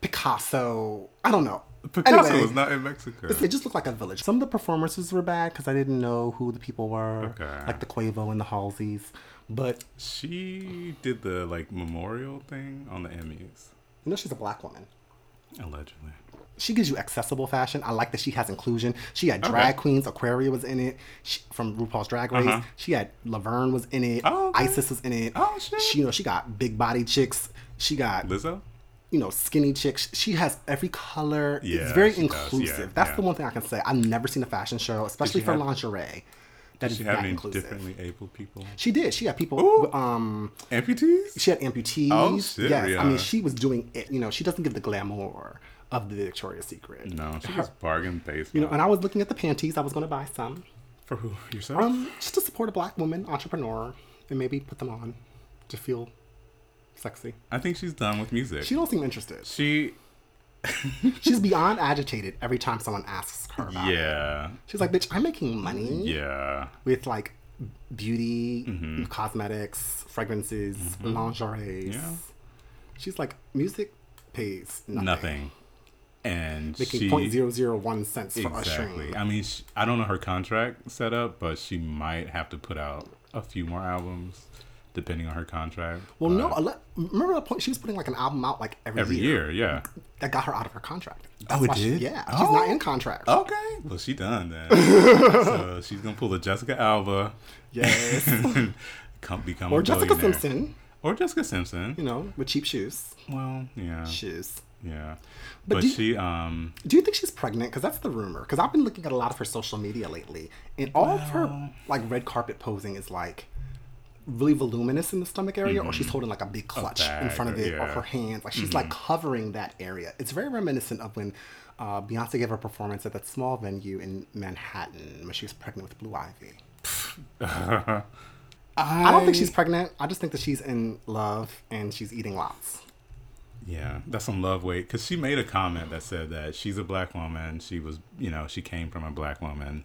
S1: Picasso. I don't know.
S2: Picasso
S1: Anyway,
S2: was not in Mexico.
S1: It just looked like a village. Some of the performances were bad because I didn't know who the people were,
S2: Okay.
S1: like the Quavo and the Halseys. But
S2: She did the like memorial thing on the Emmys,
S1: you know, she's a black woman.
S2: allegedly.
S1: She gives you accessible fashion. I like that she has inclusion. She had drag queens. Aquaria was in it she, from RuPaul's Drag Race. She had Laverne was in it.
S2: Oh, Uh-huh. okay.
S1: Isis was in it.
S2: Oh, shit.
S1: She, you know, she got big body chicks. She got
S2: Lizzo?
S1: you know, skinny chicks. She has every color. it's
S2: Yeah,
S1: very
S2: she does. Yeah,
S1: inclusive. That's the
S2: yeah.
S1: one thing I can say. I've never seen a fashion show, especially
S2: she
S1: for
S2: have-
S1: lingerie, that
S2: Did
S1: is
S2: she
S1: that
S2: have any
S1: inclusive.
S2: differently abled people?
S1: She did. She had people.
S2: Ooh.
S1: Um,
S2: Amputees?
S1: she had amputees.
S2: Oh, shit,
S1: yes, I mean,
S2: Rihanna.
S1: she was doing it. You know, she doesn't give the glamour of the Victoria's Secret.
S2: No, she was bargain based.
S1: You know, and I was looking at the panties. I was going to buy some,
S2: for who? Yourself?
S1: um, just to support a black woman entrepreneur and maybe put them on to feel sexy.
S2: I think she's done with music.
S1: She don't seem interested.
S2: She,
S1: She's beyond agitated every time someone asks her about it.
S2: yeah,
S1: She's like, bitch, I'm making money
S2: yeah. Mm-hmm.
S1: with like beauty, cosmetics, fragrances, lingerie.
S2: Yeah.
S1: She's like, music pays nothing.
S2: Nothing. And
S1: Making
S2: she
S1: point zero zero one cents for
S2: exactly.
S1: ushering.
S2: I mean, sh I don't know her contract setup, but she might have to put out a few more albums depending on her contract.
S1: Well, no,
S2: but
S1: a lot- remember the point she was putting like an album out like every,
S2: every
S1: year,
S2: year, yeah.
S1: that got her out of her contract.
S2: it
S1: why she-
S2: did?
S1: yeah, she's not
S2: Oh.
S1: in contract.
S2: Okay, well, she
S1: [LAUGHS]
S2: done then. so she's gonna pull a Jessica Alba.
S1: Yes.
S2: [LAUGHS] Come, become
S1: or
S2: a
S1: Jessica
S2: billionaire. Hmm.
S1: Simpson,
S2: Or Jessica Simpson.
S1: you know, with cheap shoes.
S2: Well, yeah,
S1: Shoes.
S2: yeah.
S1: But
S2: But,
S1: do-
S2: she, um,
S1: Do you think she's pregnant? Because that's the rumor. Because I've been looking at a lot of her social media lately, and all of her like red carpet posing is like really voluminous in the stomach area, or she's holding like Mm-hmm. a big clutch in
S2: bag,
S1: front of it, or Mm-hmm.
S2: yeah.
S1: her hands. Like she's like covering that area. It's very reminiscent of when uh, Beyonce gave her performance at that small venue in Manhattan when she was pregnant with Blue [LAUGHS] Ivy.
S2: I,
S1: I don't think she's pregnant. I just think that she's in love and she's eating lots.
S2: Yeah, that's some love weight. Because she made a comment that said that she's a black woman. She was, you know, she came from a black woman.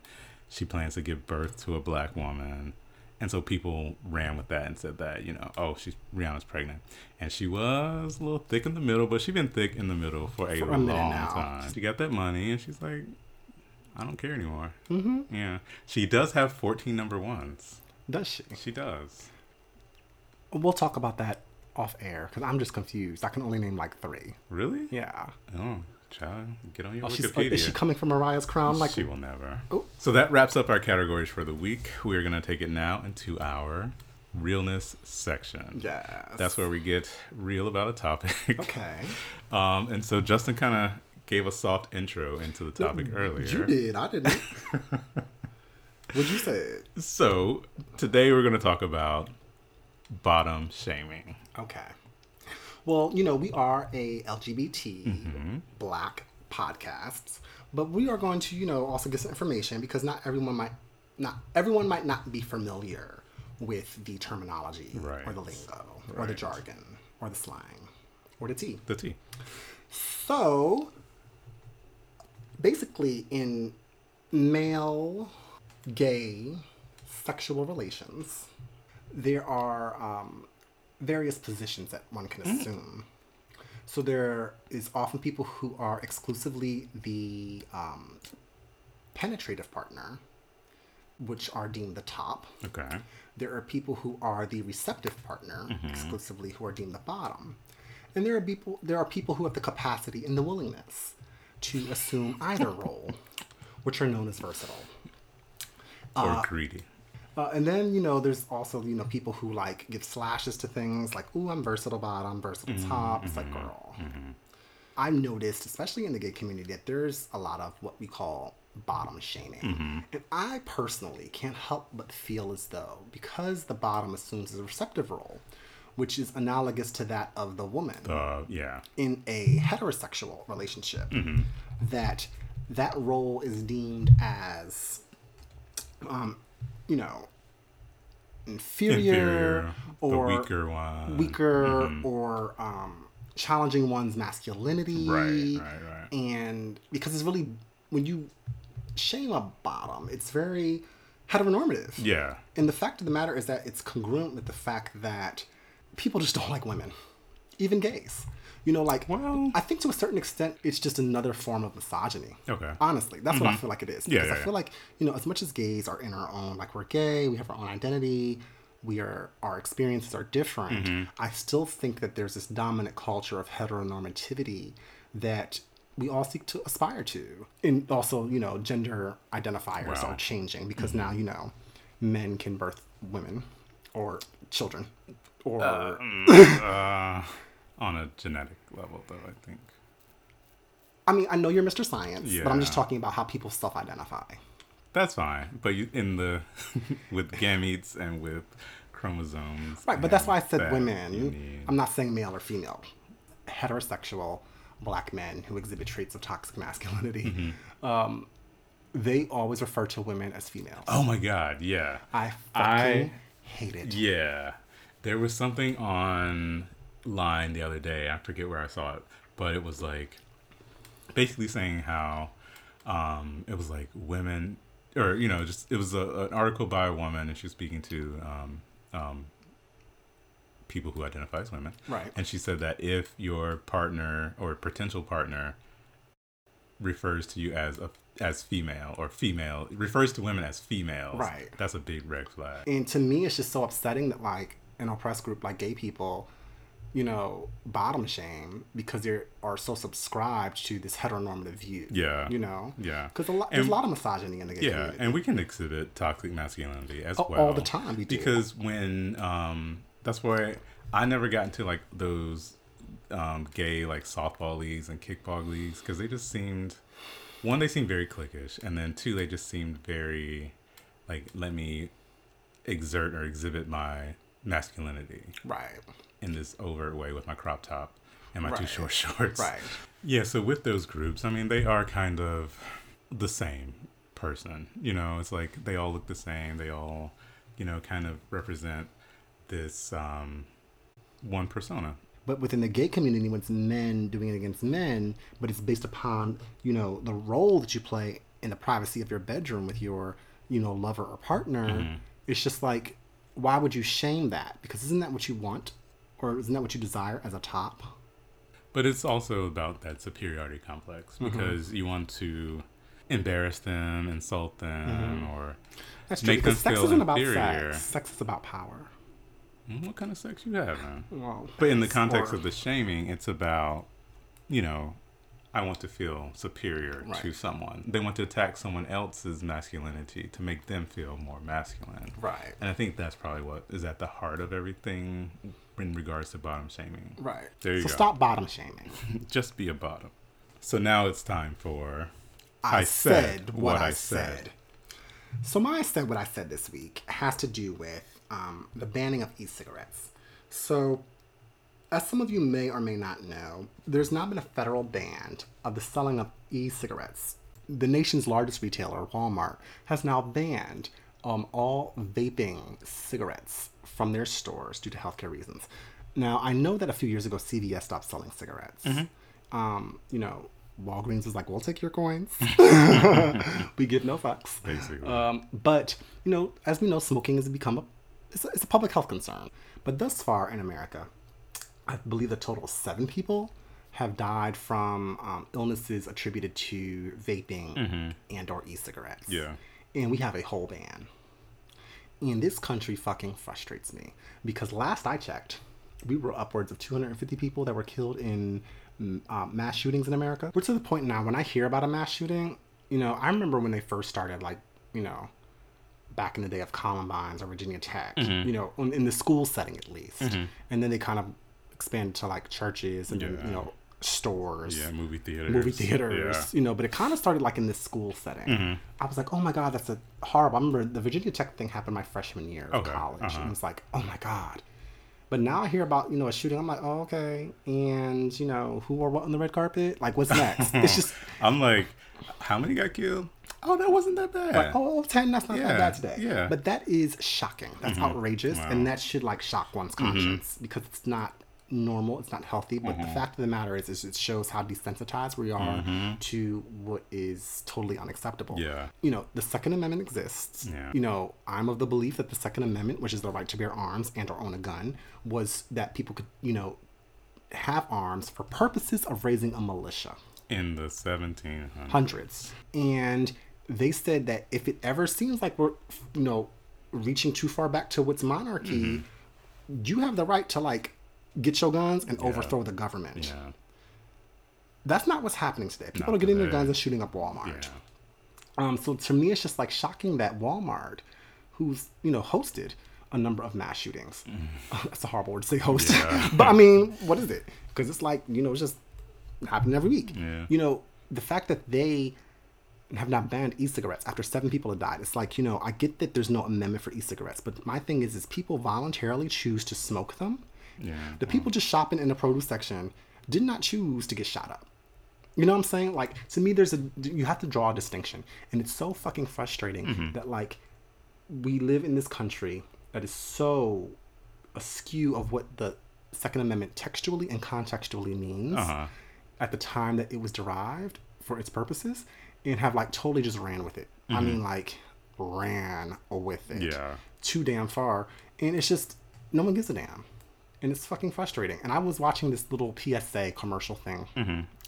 S2: She plans to give birth to a black woman. And so people ran with that and said that, you know, oh, she's Rihanna's pregnant. And she was a little thick in the middle, but she's been thick in the middle for a,
S1: For a
S2: long
S1: minute now.
S2: time. She got that money and she's like, I don't care anymore. Mm-hmm. Yeah. She does have 14 number ones.
S1: Does she?
S2: She does.
S1: We'll talk about that off air because I'm just confused. I can only name like three.
S2: Really?
S1: Yeah.
S2: Oh, child, get on your
S1: Oh, she's,
S2: Wikipedia.
S1: is she coming from Mariah's crown? Like,
S2: she will never.
S1: Oh.
S2: So that wraps up our categories for the week. We are going to take it now into our realness section.
S1: yes.
S2: That's where we get real about a topic.
S1: Okay.
S2: [LAUGHS] Um, and so Justin kind of gave a soft intro into the topic earlier.
S1: You did. I
S2: [LAUGHS]
S1: didn't. Would you say it?
S2: So today we're going to talk about bottom shaming.
S1: Okay. Well, you know, we are a LGBT
S2: Mm-hmm.
S1: black podcast, but we are going to, you know, also get some information because not everyone might not everyone might not be familiar with the terminology
S2: Right.
S1: or the lingo or the
S2: Right.
S1: jargon or the slang or the tea.
S2: The tea.
S1: So basically in male gay sexual relations, there are um, various positions that one can assume. So there is often people who are exclusively the um, penetrative partner, which are deemed the top.
S2: Okay.
S1: There are people who are the receptive partner exclusively who are deemed the bottom. And there are people there are people who have the capacity and the willingness to assume either role, which are known as versatile.
S2: Or greedy.
S1: Uh, and then you know, there's also you know people who like give slashes to things like, "Ooh, I'm versatile bottom, versatile top." It's like, girl, I've noticed, especially in the gay community, that there's a lot of what we call bottom shaming, and I personally can't help but feel as though because the bottom assumes a receptive role, which is analogous to that of the woman
S2: Uh, yeah.
S1: in a heterosexual relationship
S2: Mm-hmm.
S1: that that role is deemed as um you know inferior,
S2: Inferior.
S1: or
S2: the weaker mm-hmm. one.
S1: weaker or um challenging one's masculinity
S2: Right, right, right.
S1: and because it's really when you shame a bottom it's very heteronormative [LAUGHS]
S2: Yeah.
S1: and the fact of the matter is that it's congruent with the fact that people just don't like women, even gays. You know, like,
S2: Well-
S1: I think to a certain extent, it's just another form of misogyny.
S2: Okay. Mm-hmm.
S1: Honestly, that's what I feel like it is.
S2: Yeah,
S1: Because
S2: yeah,
S1: I
S2: yeah.
S1: feel like, you know, as much as gays are in our own, like, we're gay, we have our own identity, we are, our experiences are different,
S2: Mm-hmm.
S1: I still think that there's this dominant culture of heteronormativity that we all seek to aspire to. And also, you know, gender identifiers
S2: Wow. Mm-hmm.
S1: are changing because now, you know, men can birth women or children or
S2: uh, on a genetic level, though, I think.
S1: I mean, I know you're Mr. Science, but I'm just
S2: Yeah.
S1: talking about how people self-identify.
S2: That's fine, but you, in the [LAUGHS] with gametes and with chromosomes,
S1: Right, but that's
S2: and
S1: why I said
S2: that you
S1: women.
S2: need-
S1: I'm not saying male or female. Heterosexual black men who exhibit traits of toxic
S2: [LAUGHS]
S1: masculinity,
S2: Mm-hmm.
S1: um, they always refer to women as females.
S2: oh my god, yeah,
S1: I fucking
S2: I-
S1: hate it.
S2: yeah. There was something online the other day. I forget where I saw it, but it was like basically saying how um, it was like women, or you know, just it was a, an article by a woman, and she was speaking to um, um, people who identify as women,
S1: Right.
S2: And she said that if your partner or potential partner refers to you as a as female or female refers to women as females,
S1: Right.
S2: That's a big red flag.
S1: And to me, it's just so upsetting that like an oppressed group like gay people, you know, bottom shame because they are so subscribed to this heteronormative view.
S2: Yeah.
S1: You know?
S2: Yeah.
S1: Because a lot, there's a lot of misogyny in the gay
S2: Yeah,
S1: community.
S2: and we can exhibit toxic masculinity as
S1: All-
S2: well
S1: all the time we do.
S2: because when um, that's why I never got into like those um, gay like softball leagues and kickball leagues because they just seemed one they seemed very cliquish and then two they just seemed very like let me exert or exhibit my masculinity
S1: Right.
S2: in this overt way with my crop top and my two
S1: Right.
S2: short [LAUGHS] shorts.
S1: Right.
S2: Yeah, so with those groups, I mean, they are kind of the same person. You know, it's like they all look the same. They all, you know, kind of represent this um, one persona.
S1: But within the gay community, when it's men doing it against men, but it's based upon, you know, the role that you play in the privacy of your bedroom with your, you know, lover or partner,
S2: Mm-hmm.
S1: it's just like, why would you shame that? Because isn't that what you want? Or isn't that what you desire as a top?
S2: But it's also about that superiority complex
S1: Mm-hmm.
S2: because you want to embarrass them, insult them, or
S1: Mm-hmm. That's true.
S2: Make them
S1: because sex
S2: feel
S1: isn't about
S2: inferior.
S1: sex. Sex is about power.
S2: "Mm, what kind of sex you have, man?
S1: Well,
S2: But in the
S1: sex
S2: context
S1: or-
S2: of the shaming, it's about, you know, I want to feel superior to
S1: Right.
S2: someone. They want to attack someone else's masculinity to make them feel more masculine.
S1: Right.
S2: And I think that's probably what is at the heart of everything in regards to bottom shaming.
S1: Right.
S2: There you
S1: so
S2: go.
S1: stop bottom shaming.
S2: Just be a bottom. So now it's time for
S1: I said what I said. So my I said what I said this week has to do with um, the banning of e-cigarettes. So, as some of you may or may not know, there's not been a federal ban of the selling of e-cigarettes. The nation's largest retailer, Walmart, has now banned um, all vaping cigarettes from their stores due to healthcare reasons. Now, I know that a few years ago, CVS stopped selling cigarettes. Um, you know, Walgreens was like, "We'll take your coins. [LAUGHS] we give no fucks."
S2: Basically.
S1: Um, but you know, as we know, smoking has become a it's, a it's a public health concern. But thus far in America, I believe a total of seven people have died from um, illnesses attributed to vaping and or e-cigarettes.
S2: Yeah.
S1: and we have a whole ban. And this country fucking frustrates me because last I checked, we were upwards of 250 people that were killed in mm, uh, mass shootings in America. We're to the point now when I hear about a mass shooting, you know, I remember when they first started, like, you know, back in the day of Columbines or Virginia Tech,
S2: Mm-hmm.
S1: you know, in, in the school setting at least. And then they kind of expanded to like churches and, then,
S2: Yeah.
S1: you know, stores
S2: Yeah, movie theaters.
S1: movie theaters,
S2: Yeah. Mm-hmm.
S1: you know, but it kind of started like in this school setting. I was like, oh my God, that's a horrible. I remember the Virginia Tech thing happened my freshman year of
S2: Okay,
S1: college.
S2: uh-huh.
S1: And it's like, oh my God. But now I hear about, you know, a shooting. I'm like, oh, okay. And, you know, who or what on the red carpet? Like, what's next? it's
S2: [LAUGHS]
S1: just,
S2: I'm like, how many got killed? Oh, that wasn't that bad.
S1: like, oh, 10, that's not
S2: Yeah,
S1: that bad today.
S2: yeah. Mm-hmm.
S1: But that is shocking. That's outrageous.
S2: Wow. Mm-hmm.
S1: And that should, like, shock one's conscience because it's not normal. It's not healthy. But
S2: Mm-hmm.
S1: the fact of the matter is, is, it shows how desensitized we are to what is totally unacceptable.
S2: Mm-hmm. Yeah.
S1: You know, the Second Amendment exists.
S2: Yeah.
S1: You know, I'm of the belief that the Second Amendment, which is the right to bear arms and or own a gun, was that people could, you know, have arms for purposes of raising a militia
S2: In the 1700s.
S1: hundreds. And they said that if it ever seems like we're, you know, reaching too far back to what's monarchy, you have the right to like get your guns and overthrow the government.
S2: Yeah.
S1: That's not what's happening today. People
S2: Not
S1: are getting their
S2: today.
S1: guns and shooting up Walmart.
S2: Yeah.
S1: Um, so to me, it's just like shocking that Walmart, who's you know hosted a number of mass shootings, [LAUGHS] that's a horrible word to say host,
S2: Mm. Yeah.
S1: [LAUGHS] but I mean, what is it? Because it's like you know, it's just happening every week.
S2: Yeah.
S1: You know, the fact that they have not banned e-cigarettes after seven people have died. It's like you know, I get that there's no amendment for e-cigarettes, but my thing is, is people voluntarily choose to smoke them.
S2: Yeah.
S1: The people just shopping in the produce section did not choose to get shot up. You know what I'm saying? Like to me, there's a you have to draw a distinction, and it's so fucking frustrating
S2: Mm-hmm.
S1: that like we live in this country that is so askew of what the Second Amendment textually and contextually means
S2: Uh-huh.
S1: at the time that it was derived for its purposes, and have like totally just ran with it. I mean, like ran with it
S2: Mm-hmm. Yeah.
S1: too damn far, and it's just no one gives a damn, and it's fucking frustrating. And I was watching this little PSA commercial thing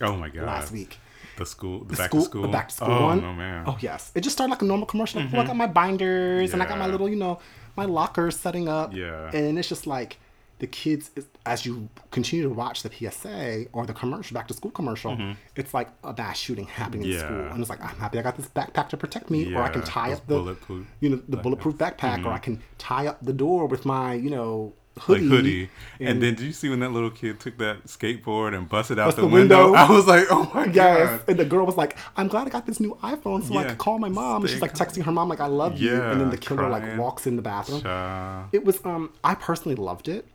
S2: Oh my god.
S1: last week.
S2: The school, the, back
S1: school,
S2: to school,
S1: the back to school
S2: Oh
S1: one.
S2: no man.
S1: Oh yes, it just started like a normal commercial. Like, oh, I got my binders and I got my
S2: Yeah.
S1: little, you know, my locker's setting up.
S2: Yeah.
S1: And it's just like the kids, is- as you continue to watch the PSA or the commercial, back to school commercial, it's like a mass shooting happening in
S2: Mm-hmm. Yeah.
S1: school. And it's like, I'm happy I got this backpack to protect me, or I can
S2: Yeah,
S1: tie
S2: those
S1: up the,
S2: bulletproof- Mm-hmm.
S1: you know, the bulletproof backpack, or I can tie up the door with my, you know, hoodie.
S2: Like hoodie, and, then did you see when that little kid took that skateboard and busted out
S1: Bust
S2: the,
S1: the
S2: window?
S1: window.
S2: I was like, oh my
S1: Yes,
S2: god!
S1: and the girl was like, "I'm glad I got this new iPhone, so I
S2: Yeah.
S1: could call my mom." And
S2: Stay
S1: She's like
S2: calm.
S1: texting her mom, like, "I love you," and then
S2: Yeah,
S1: the killer like
S2: crying.
S1: walks in the bathroom.
S2: Child,
S1: It was um, I personally loved it.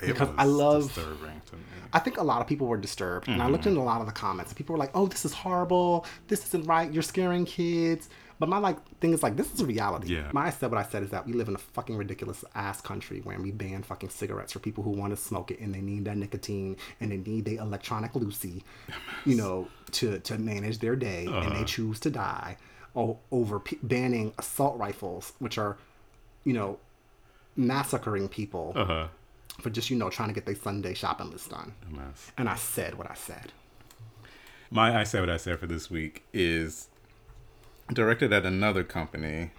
S2: it
S1: because
S2: was
S1: I love-
S2: disturbing to me.
S1: I think a lot of people were disturbed, and I looked in a lot of the comments, and people were like, "Oh, this is horrible. This isn't right. You're scaring kids." But my like thing is like, this is reality.
S2: Yeah.
S1: My I said what I said is that we live in a fucking ridiculous ass country where we ban fucking cigarettes for people who want to smoke it and they need their nicotine and they need their electronic Lucy, you know, to to manage their day, and they choose to die o- over p- banning assault rifles, which are, you know, massacring people
S2: Uh huh.
S1: for just you know trying to get their Sunday shopping list done.
S2: A mess.
S1: And I said what I said.
S2: My I Say What I Said for this week is directed at another company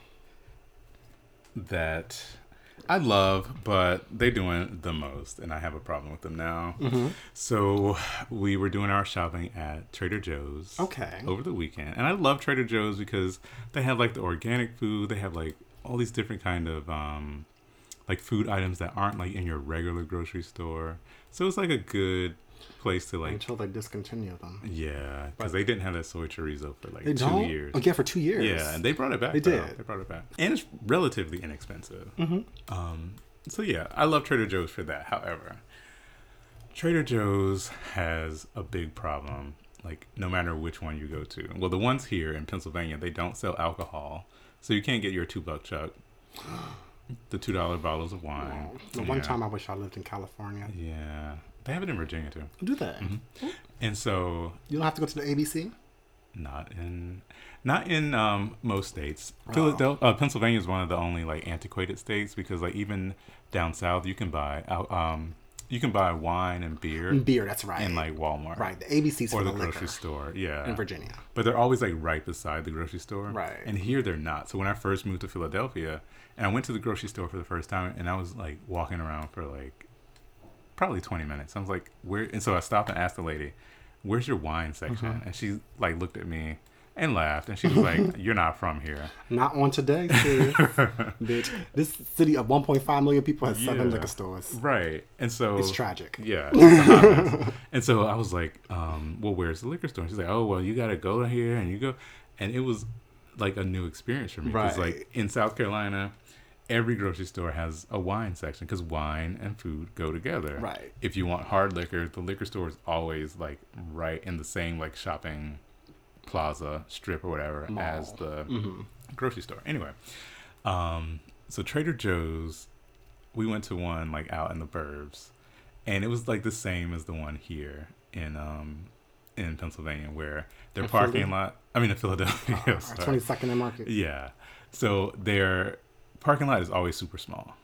S2: that I love, but they're doing the most, and I have a problem with them now. So we were doing our shopping at Trader Joe's
S1: Okay.
S2: over the weekend, and I love Trader Joe's because they have like the organic food, they have like all these different kind of um, like food items that aren't like in your regular grocery store. So it's like a good place to like
S1: Until they discontinue them.
S2: yeah, because they didn't have that soy chorizo for like
S1: They
S2: 2
S1: don't?
S2: years.
S1: Oh, yeah, for two years.
S2: Yeah, and they brought it back. They
S1: did. Mm-hmm.
S2: They brought it back, and it's relatively inexpensive. Um, so yeah, I love Trader Joe's for that. However, Trader Joe's has a big problem. Like no matter which one you go to, well, the ones here in Pennsylvania they don't sell alcohol, so you can't get your two
S1: [GASPS]
S2: buck chuck, the two dollar bottles of wine.
S1: Oh. the one
S2: Yeah.
S1: time I wish I lived in California.
S2: yeah, they have it in Virginia too,
S1: Do that.
S2: Mm-hmm. and so
S1: You don't have to go to the ABC.
S2: Not in, not in um, most states.
S1: Oh.
S2: Philadelphia, uh, Pennsylvania is one of the only like antiquated states because like even down south you can buy out, um, you can buy wine and beer
S1: Beer, that's right.
S2: in like Walmart,
S1: right, the ABC's
S2: or
S1: for
S2: the,
S1: the,
S2: grocery
S1: liquor
S2: store, yeah,
S1: in Virginia.
S2: But they're always like right beside the grocery store,
S1: Right.
S2: And here they're not. So when I first moved to Philadelphia, and I went to the grocery store for the first time, and I was like walking around for like probably 20 minutes. I was like, where? And so I stopped and asked the lady, where's your wine section?
S1: Mm-hmm.
S2: And she like looked at me and laughed. And she was like,
S1: [LAUGHS]
S2: you're not from here.
S1: Not on today,
S2: [LAUGHS]
S1: sis. bitch. This city of 1.5 million people has seven
S2: Yeah.
S1: liquor stores.
S2: Right. And so
S1: It's tragic.
S2: Yeah.
S1: [LAUGHS]
S2: it's- and so I was like, um, well, where's the liquor store? And she's like, oh, well, you got to go here and you go. And it was like a new experience for me. Because,
S1: Right.
S2: like, in South Carolina, every grocery store has a wine section because wine and food go together.
S1: Right.
S2: If you want hard liquor, the liquor store is always like right in the same, like, shopping plaza, strip, or whatever as the grocery store. Anyway, um, so Trader Joe's we went to one like out in the burbs and it was like the same as the one here in um in Pennsylvania where their parking lot I mean
S1: [LAUGHS]
S2: in Philadelphia
S1: Our
S2: [LAUGHS] sorry.
S1: 22nd and Market.
S2: yeah so their parking lot is always super small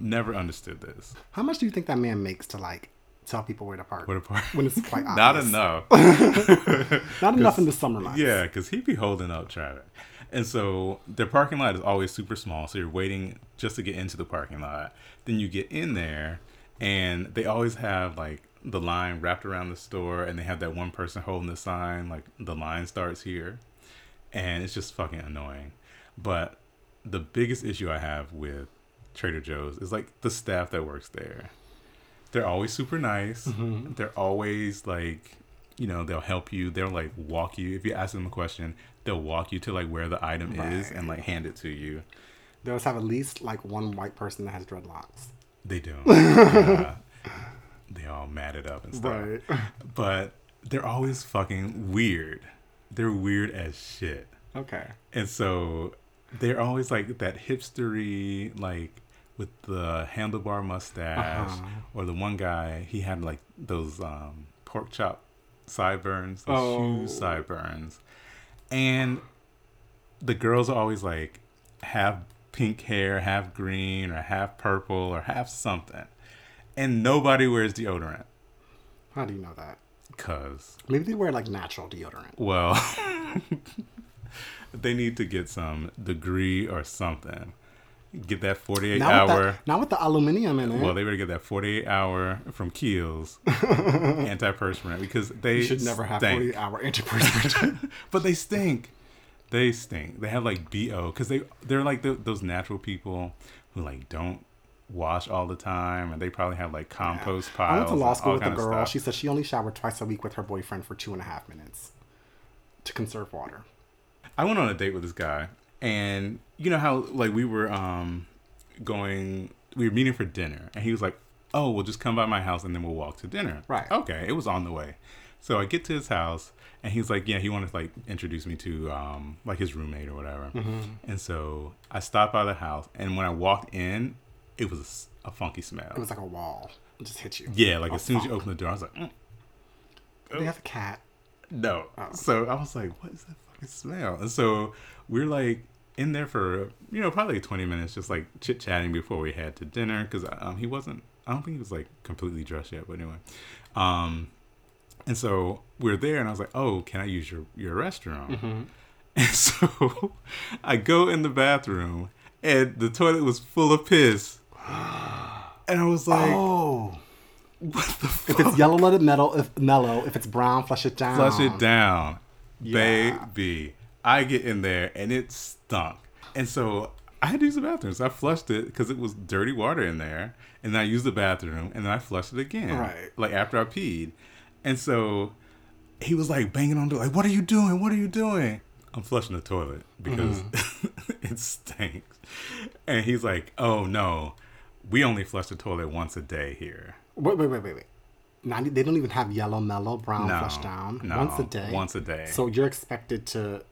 S2: never understood this
S1: How much do you think that man makes to like tell people where to park?
S2: what a park
S1: when it's quite obvious.
S2: [LAUGHS] not enough
S1: Not enough in the summer months.
S2: Yeah, because he'd be holding up traffic. And so their parking lot is always super small. So you're waiting just to get into the parking lot. Then you get in there, and they always have like the line wrapped around the store, and they have that one person holding the sign, like the line starts here. And it's just fucking annoying. But the biggest issue I have with Trader Joe's is like the staff that works there they're always super nice. They're always like, you know, they'll help you. They'll like walk you. If you ask them a question, they'll walk you to like where the item is and like hand it to you.
S1: They always have at least like one white person that has dreadlocks.
S2: They don't. yeah. They all matted up and stuff.
S1: Right.
S2: But they're always fucking weird. They're weird as shit.
S1: [LAUGHS] Okay.
S2: And so they're always like that hipstery, like with the handlebar mustache, or the one guy he had like those um, pork chop sideburns, those
S1: Oh.
S2: huge sideburns, and the girls are always like half pink hair, half green, or half purple, or half something, and nobody wears deodorant
S1: How do you know that?
S2: because
S1: Maybe they wear like natural deodorant.
S2: Well, [LAUGHS] they need to get some degree or something Get that 48
S1: Not with,
S2: hour.
S1: that, Mm-hmm. not with the aluminium in it.
S2: Well, they better get that 48 hour
S1: [LAUGHS]
S2: from Kiehl's antiperspirant because they
S1: you should never have
S2: stink.
S1: 40 hour [LAUGHS] antiperspirant.
S2: [LAUGHS] But they stink. They stink. They have like BO because they they're like th those natural people who like don't wash all the time and they probably have like compost piles.
S1: I went to law
S2: and
S1: school
S2: all
S1: with a
S2: kinda
S1: girl.
S2: stuff.
S1: She said she only showered twice a week with her boyfriend for two and a half minutes to conserve water.
S2: I went on a date with this guy, and you know how like we were um going, we were meeting for dinner, and he was like, "Oh, we'll just come by my house, and then we'll walk to dinner."
S1: Right.
S2: Okay. It was on the way, so I get to his house, and he's like, "Yeah, he wanted to like introduce me to um like his roommate or whatever,"
S1: Mm-hmm.
S2: and so I stopped by the house, and when I walked in, it was a s- a, funky smell.
S1: It was like a wall. It just hit you.
S2: yeah, like as soon as you
S1: fuck.
S2: open the door, I was like, "Mm,
S1: They have a cat.
S2: no. So I was like, what is that fucking smell? And so we're like in there for, you know, probably 20 minutes, just like chit chatting before we head to dinner. Cause um, he wasn't, I don't think he was like completely dressed yet, but anyway. Um, and so we're there and I was like, oh, can I use your, your restroom? [LAUGHS] And so I go in the bathroom and the toilet was full of piss. And I was like,
S1: Oh.
S2: what the fuck? [LAUGHS]
S1: If it's yellow, let it metal. If mellow, if it's brown, flush it down.
S2: flush it down,
S1: Um, Yeah.
S2: baby. I get in there and it stunk, and so I had to use the bathroom. So I flushed it because it was dirty water in there, and I used the bathroom and then I flushed it again,
S1: Right.
S2: Like after I peed, and so he was like banging on the door, like, "What are you doing? What are you doing?" I'm flushing the toilet because
S1: Mm-hmm.
S2: [LAUGHS] it stinks, and he's like, "Oh no, we only flush the toilet once a day here."
S1: Wait, wait, wait, wait, wait. Not, they don't even have yellow, mellow, brown,
S2: No,
S1: flush down.
S2: no,
S1: once a day.
S2: once a day.
S1: So you're expected to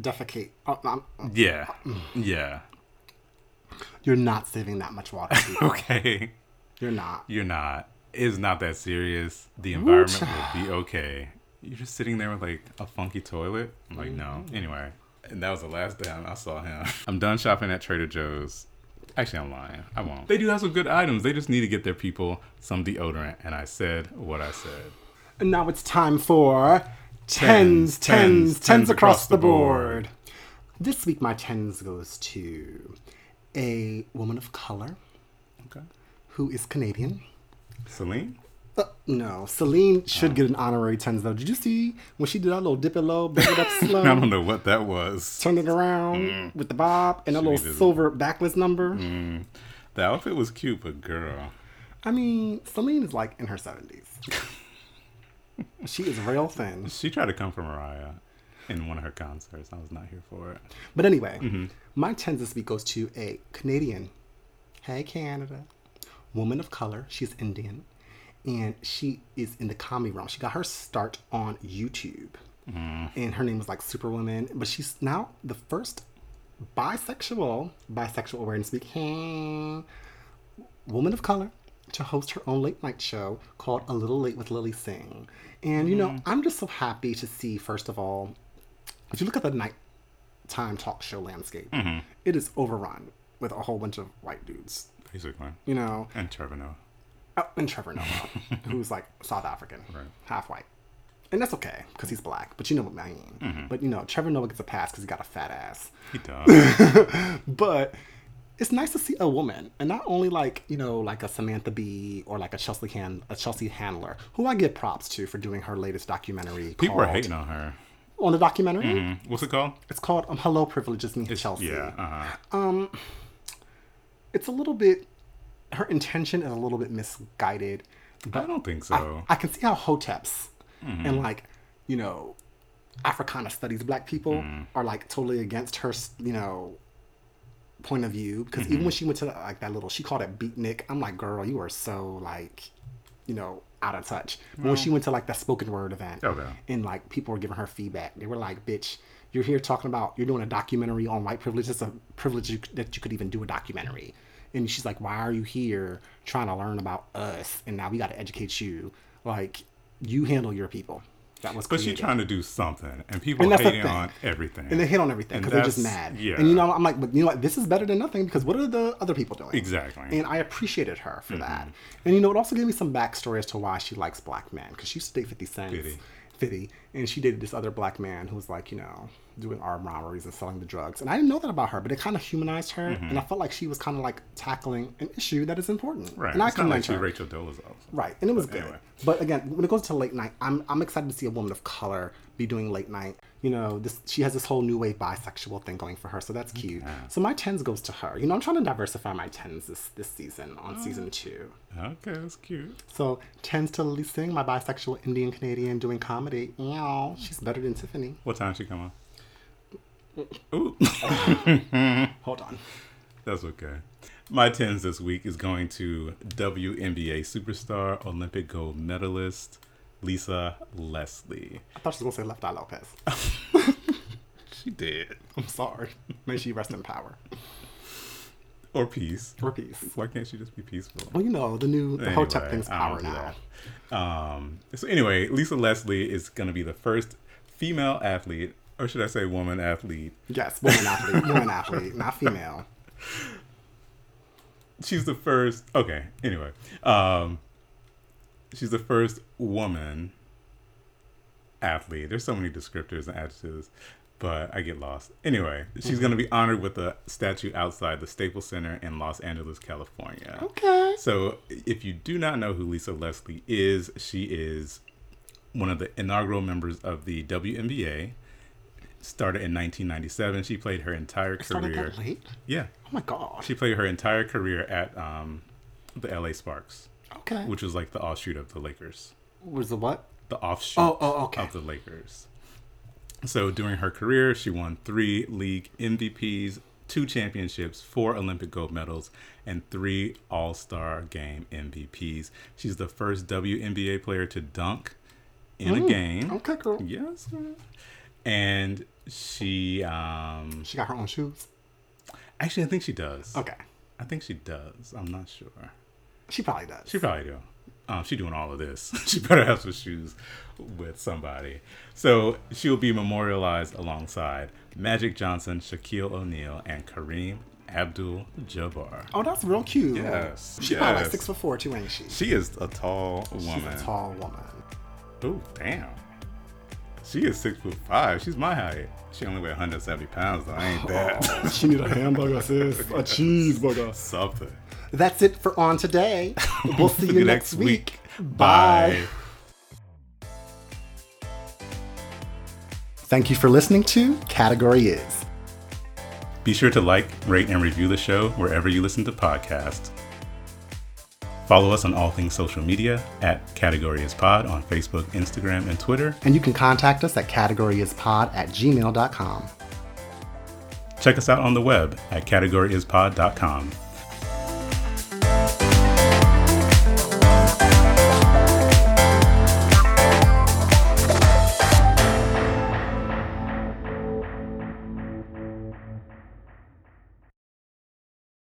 S1: defecate. Oh, no, I'm-
S2: Yeah,
S1: Mm.
S2: yeah. [LAUGHS]
S1: you're not saving that much [LAUGHS] water. people.
S2: Okay.
S1: you're not.
S2: You're not. It's not that serious. The environment
S1: child.
S2: will be okay. You're just sitting there with like a funky toilet. I'm like, no. Anyway, and that was the last time I saw him. [LAUGHS] I'm done shopping at Trader Joe's. Actually, I'm lying. I won't. They do have some good items. They just need to get their people some deodorant. And I said what I said.
S1: And now it's time for tens, tens, tens, across the board. This week, my tens goes to a woman of color
S2: Okay.
S1: who is Canadian.
S2: Celine?
S1: Uh, no, Celine should get an honorary tens though. Did you see when she did that little dip it low, back [LAUGHS] it up slow,
S2: I don't know what that was.
S1: turn it around with the bob and a little
S2: Mm. needed it. Mm.
S1: silver backless number?
S2: The outfit was cute, but girl.
S1: I mean, Celine is like in her seventies.
S2: [LAUGHS]
S1: she is real thin.
S2: She tried to come for Mariah in one of her concerts. I was not here for it.
S1: But anyway,
S2: Mm-hmm.
S1: my 10 this week goes to a Canadian, hey Canada, woman of color. She's Indian and she is in the comedy realm. She got her start on YouTube
S2: Mm.
S1: and her name was like Superwoman, but she's now the first bisexual, bisexual awareness week, hey, woman of color. To host her own late night show called A Little Late with Lily Singh. And, you know, I'm just so happy to see, first of all, if you look at the nighttime talk show landscape, it is overrun with a whole bunch of white dudes.
S2: Basically.
S1: You know,
S2: And Trevino.
S1: oh, and Trevor Noah, who's like South African,
S2: Right.
S1: half white, and that's okay because he's black. But you know what I mean. But you know, Trevor Noah gets a pass because he got a fat ass.
S2: He does.
S1: But it's nice to see a woman, and not only like you know, like a Samantha Bee or like a Chelsea Han, a Chelsea Handler, who I give props to for doing her latest documentary.
S2: People are
S1: called-
S2: hating on her.
S1: on the documentary.
S2: Mm, What's it called?
S1: It's called um, "Hello Privileges Me Chelsea."
S2: Yeah. Uh-huh.
S1: it's a little bit her intention is a little bit misguided but
S2: I don't think so.
S1: i can see how hoteps and like you know africana studies black people are like totally against her s- you know point of view because even when she went to like that little she called it beatnik i'm like girl you are so like you know out of touch But when she went to like that spoken word event
S2: Okay.
S1: and like people were giving her feedback they were like bitch you're here talking about you're doing a documentary on white privilege it's a privilege you, that you could even do a documentary and she's like why are you here trying to learn about us and now we got to educate you like you handle your people that was
S2: but she's
S1: created.
S2: trying to do something, and people
S1: And
S2: are
S1: that's the
S2: hating
S1: thing.
S2: on everything.
S1: and they hit on everything
S2: And
S1: because they're just
S2: that's-
S1: mad.
S2: yeah.
S1: And you know, I'm like, but you know what? This is better than nothing because what are the other people doing?
S2: Exactly. Mm-hmm.
S1: And I appreciated her for that. And you know, it also gave me some backstory as to why she likes black men because she used to date 50 Cent.
S2: Fifty.
S1: 50. And she dated this other black man who was like, you know, doing armed robberies and selling the drugs. And I didn't know that about her, but it kind of humanized her,
S2: Mm-hmm.
S1: and I felt like she was kind of like tackling an issue that is important.
S2: Right.
S1: And I
S2: it's not
S1: commend
S2: like she's
S1: her.
S2: Rachel Dolezal.
S1: Right, and it was good.
S2: anyway.
S1: But again, when it goes to late night, I'm I'm excited to see a woman of color be doing late night. You know, this she has this whole new wave bisexual thing going for her, so that's cute. So my tens goes to her. You know, I'm trying to diversify my tens this this season on season two.
S2: Okay, that's cute.
S1: So tens to Lily Singh, my bisexual Indian Canadian doing comedy. Meow, she's better than Tiffany.
S2: What time she come on? Ooh, [LAUGHS]
S1: Hold on.
S2: that's okay. My tens this week is going to WNBA superstar, Olympic gold medalist Lisa Leslie.
S1: I thought she was gonna say Left Eye Lopez.
S2: [LAUGHS] She did.
S1: I'm sorry. May she rest in power.
S2: Or peace.
S1: Or peace.
S2: Why can't she just be peaceful?
S1: Well, you know the new the whole Hotep thing's
S2: I don't
S1: power
S2: do
S1: now.
S2: that. Um, so anyway, Lisa Leslie is going to be the first female athlete, or should I say, woman athlete?
S1: Yes, woman athlete, woman athlete, not female.
S2: She's the first. Okay. Anyway, um, she's the first woman athlete. There's so many descriptors and adjectives, but I get lost. Anyway,
S1: Mm-hmm.
S2: she's going to be honored with a statue outside the Staples Center in Los Angeles, California.
S1: Okay.
S2: So, if you do not know who Lisa Leslie is, she is one of the inaugural members of the WNBA. Started in 1997. She played her entire
S1: Started
S2: career.
S1: that late.
S2: Yeah,
S1: Oh my gosh.
S2: she played her entire career at um, the LA Sparks,
S1: Okay.
S2: which was like the offshoot of the Lakers
S1: was the what?
S2: the offshoot
S1: Oh, oh, okay.
S2: of the Lakers. So during her career, she won three league MVPs, two championships, four Olympic gold medals, and three All Star Game MVPs. She's the first WNBA player to dunk in a game.
S1: Mm, Okay, girl.
S2: Yes. ma'am. And she, um,
S1: She got her own shoes.
S2: actually, I think she does.
S1: Okay.
S2: I think she does. I'm not sure.
S1: She probably does.
S2: She probably do. Um, she doing all of this. [LAUGHS] she better have some shoes with somebody. So she'll be memorialized alongside Magic Johnson, Shaquille O'Neal, and Kareem Abdul-Jabbar.
S1: oh, that's real cute.
S2: Yes,
S1: She probably like
S2: yes.
S1: six foot four too, ain't she?
S2: She is a tall woman.
S1: She's a tall woman.
S2: Oh damn. She is six foot five. She's my height. She only weigh 170 pounds. Though. I ain't
S1: Oh.
S2: that.
S1: she need a hamburger, sis. A cheeseburger.
S2: [LAUGHS] Something.
S1: That's it for on
S2: [LAUGHS]
S1: today. We'll see you next week.
S2: Bye.
S1: Thank you for listening to Category Is.
S2: Be sure to like, rate, and review the show wherever you listen to podcasts. Follow us on all things social media at Category is Pod on Facebook, Instagram, and Twitter.
S1: And you can contact us at categoryispod at gmail.com.
S2: Check us out on the web at categoryispod.com.